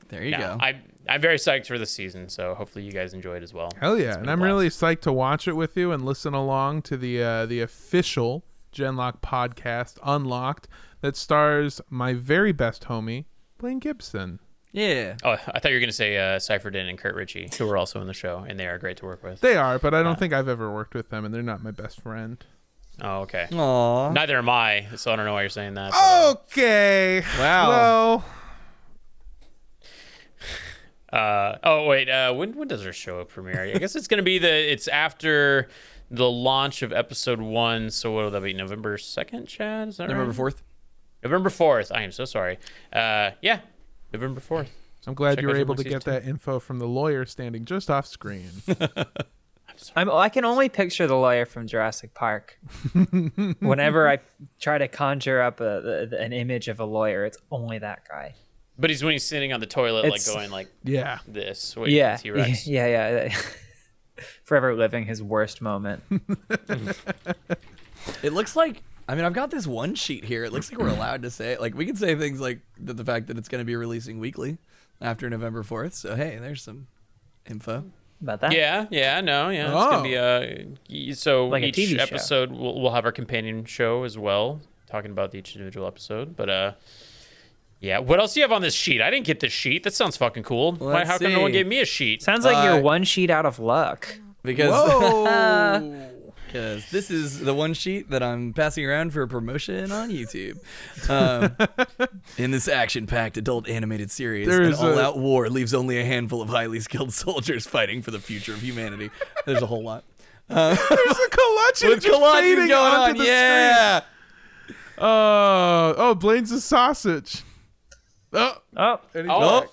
S3: There you
S4: No,
S3: go.
S4: I I'm very psyched for the season. So hopefully you guys enjoy it as well.
S1: Hell yeah! And I'm really psyched to watch it with you and listen along to the uh, the official Genlock podcast Unlocked that stars my very best homie Blaine Gibson.
S3: yeah.
S4: Oh, I thought you were gonna say uh, Cypherden and Kurt Ritchie, who were also in the show, and they are great to work with.
S1: They are, but I don't think I've ever worked with them, and they're not my best friend.
S4: Oh, okay.
S3: Aw.
S4: Neither am I, so I don't know why you're saying that. but,
S1: Oh!
S4: uh,
S1: Okay.
S3: Wow.
S1: Well,
S4: Uh, oh wait, uh, when when does our show premiere? I guess it's gonna be the it's after the launch of episode one. So what will that be? November second, Chad? Is that
S3: November
S4: right?
S3: fourth.
S4: November fourth. I am so sorry. Uh, yeah, November fourth.
S1: I'm glad
S4: Check
S1: you were
S4: out
S1: able to
S4: Genlock
S1: get
S4: season
S1: that info from the lawyer standing just off screen.
S2: I'm, I can only picture the lawyer from Jurassic Park. Whenever I try to conjure up a, the- the- an image of a lawyer, it's only that guy.
S4: But he's when he's sitting on the toilet,
S2: It's-
S4: like going like
S1: yeah.
S4: this. Wait,
S2: Yeah,
S4: T
S2: yeah,
S4: Rex.
S2: yeah, yeah. Forever living his worst moment.
S3: It looks like. I mean, I've got this one sheet here. It looks like we're allowed to say like we can say things like that the fact that it's going to be releasing weekly after November fourth. So hey, there's some info.
S2: About that?
S4: Yeah, yeah, no, yeah. It's
S1: Oh.
S4: gonna be a y- so
S2: Like a
S4: each
S2: TV show.
S4: episode we'll, we'll have our companion show as well, talking about each individual episode. But uh, yeah, what else do you have on this sheet? I didn't get this sheet. That sounds fucking cool. Why?
S3: Let's
S4: How come no one
S3: see.
S4: gave me a sheet?
S2: Sounds like you're
S3: Uh,
S2: one sheet out of luck.
S3: Because
S1: Whoa.
S3: because this is the one sheet that I'm passing around for promotion on YouTube. Um, in this action-packed adult animated series,
S1: There
S3: an
S1: is a-
S3: all-out war leaves only a handful of highly skilled soldiers fighting for the future of humanity. There's a whole lot.
S1: There's a collection
S3: With
S1: just
S3: Kalani
S1: fading
S3: going
S1: onto the
S3: on,
S1: screen.
S3: yeah.
S1: Uh, oh, Blaine's a sausage. Oh,
S2: Oh,
S1: and he's
S4: Oh,
S1: back.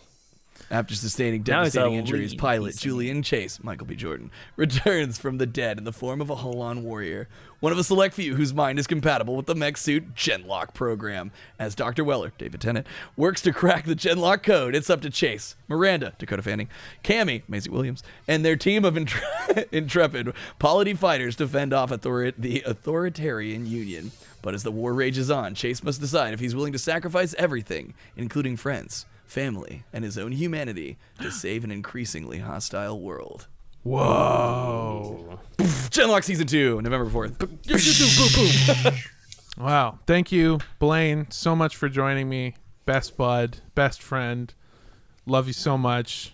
S3: After sustaining
S2: Now he's a
S3: devastating injuries,
S2: lead
S3: pilot
S2: piece of
S3: Julian Chase, Michael B. Jordan, returns from the dead in the form of a Holon warrior, one of a select few whose mind is compatible with the mech suit Genlock program. As Dr. Weller, David Tennant, works to crack the Genlock code, it's up to Chase, Miranda, Dakota Fanning, Cammy, Maisie Williams, and their team of intre- intrepid polity fighters to fend off authori- the authoritarian union. But as the war rages on, Chase must decide if he's willing to sacrifice everything, including friends family, and his own humanity to save an increasingly hostile world.
S1: Whoa.
S3: Genlock Season 2, November 4th.
S1: Wow. Thank you, Blaine, so much for joining me. Best bud, best friend. Love you so much.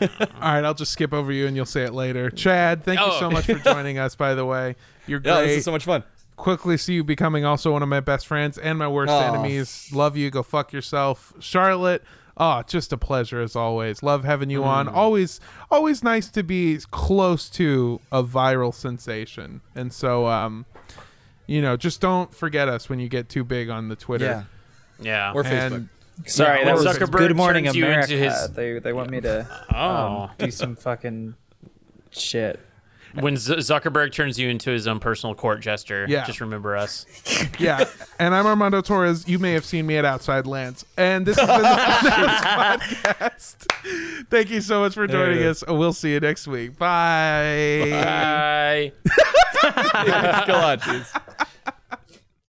S1: All right, I'll just skip over you and you'll say it later. Chad, thank you
S4: Oh.
S1: so much for joining us, by the way. You're great.
S3: Yeah, this is so much fun.
S1: Quickly see you becoming also one of my best friends and my worst
S3: Aw.
S1: enemies. Love you. Go fuck yourself. Charlotte. Oh, just a pleasure as always. Love having you on. Always, always nice to be close to a viral sensation. And so, um, you know, just don't forget us when you get too big on the Twitter.
S3: Yeah.
S4: yeah.
S3: Or Facebook.
S1: And
S2: sorry,
S1: Yeah,
S2: that was
S1: or
S4: Zuckerberg
S2: Good Morning
S4: turns you into
S2: America.
S4: his-
S2: They they want me to
S4: oh,
S2: um, do some fucking shit.
S4: when Z- Zuckerberg turns you into his own personal court jester,
S1: Yeah.
S4: just remember us.
S1: yeah. And I'm Armando Torres. You may have seen me at Outside Lands. And this has been the Fun Hours podcast. Thank you so much for joining us. We'll see you next week. Bye.
S4: Bye.
S3: Galaxies.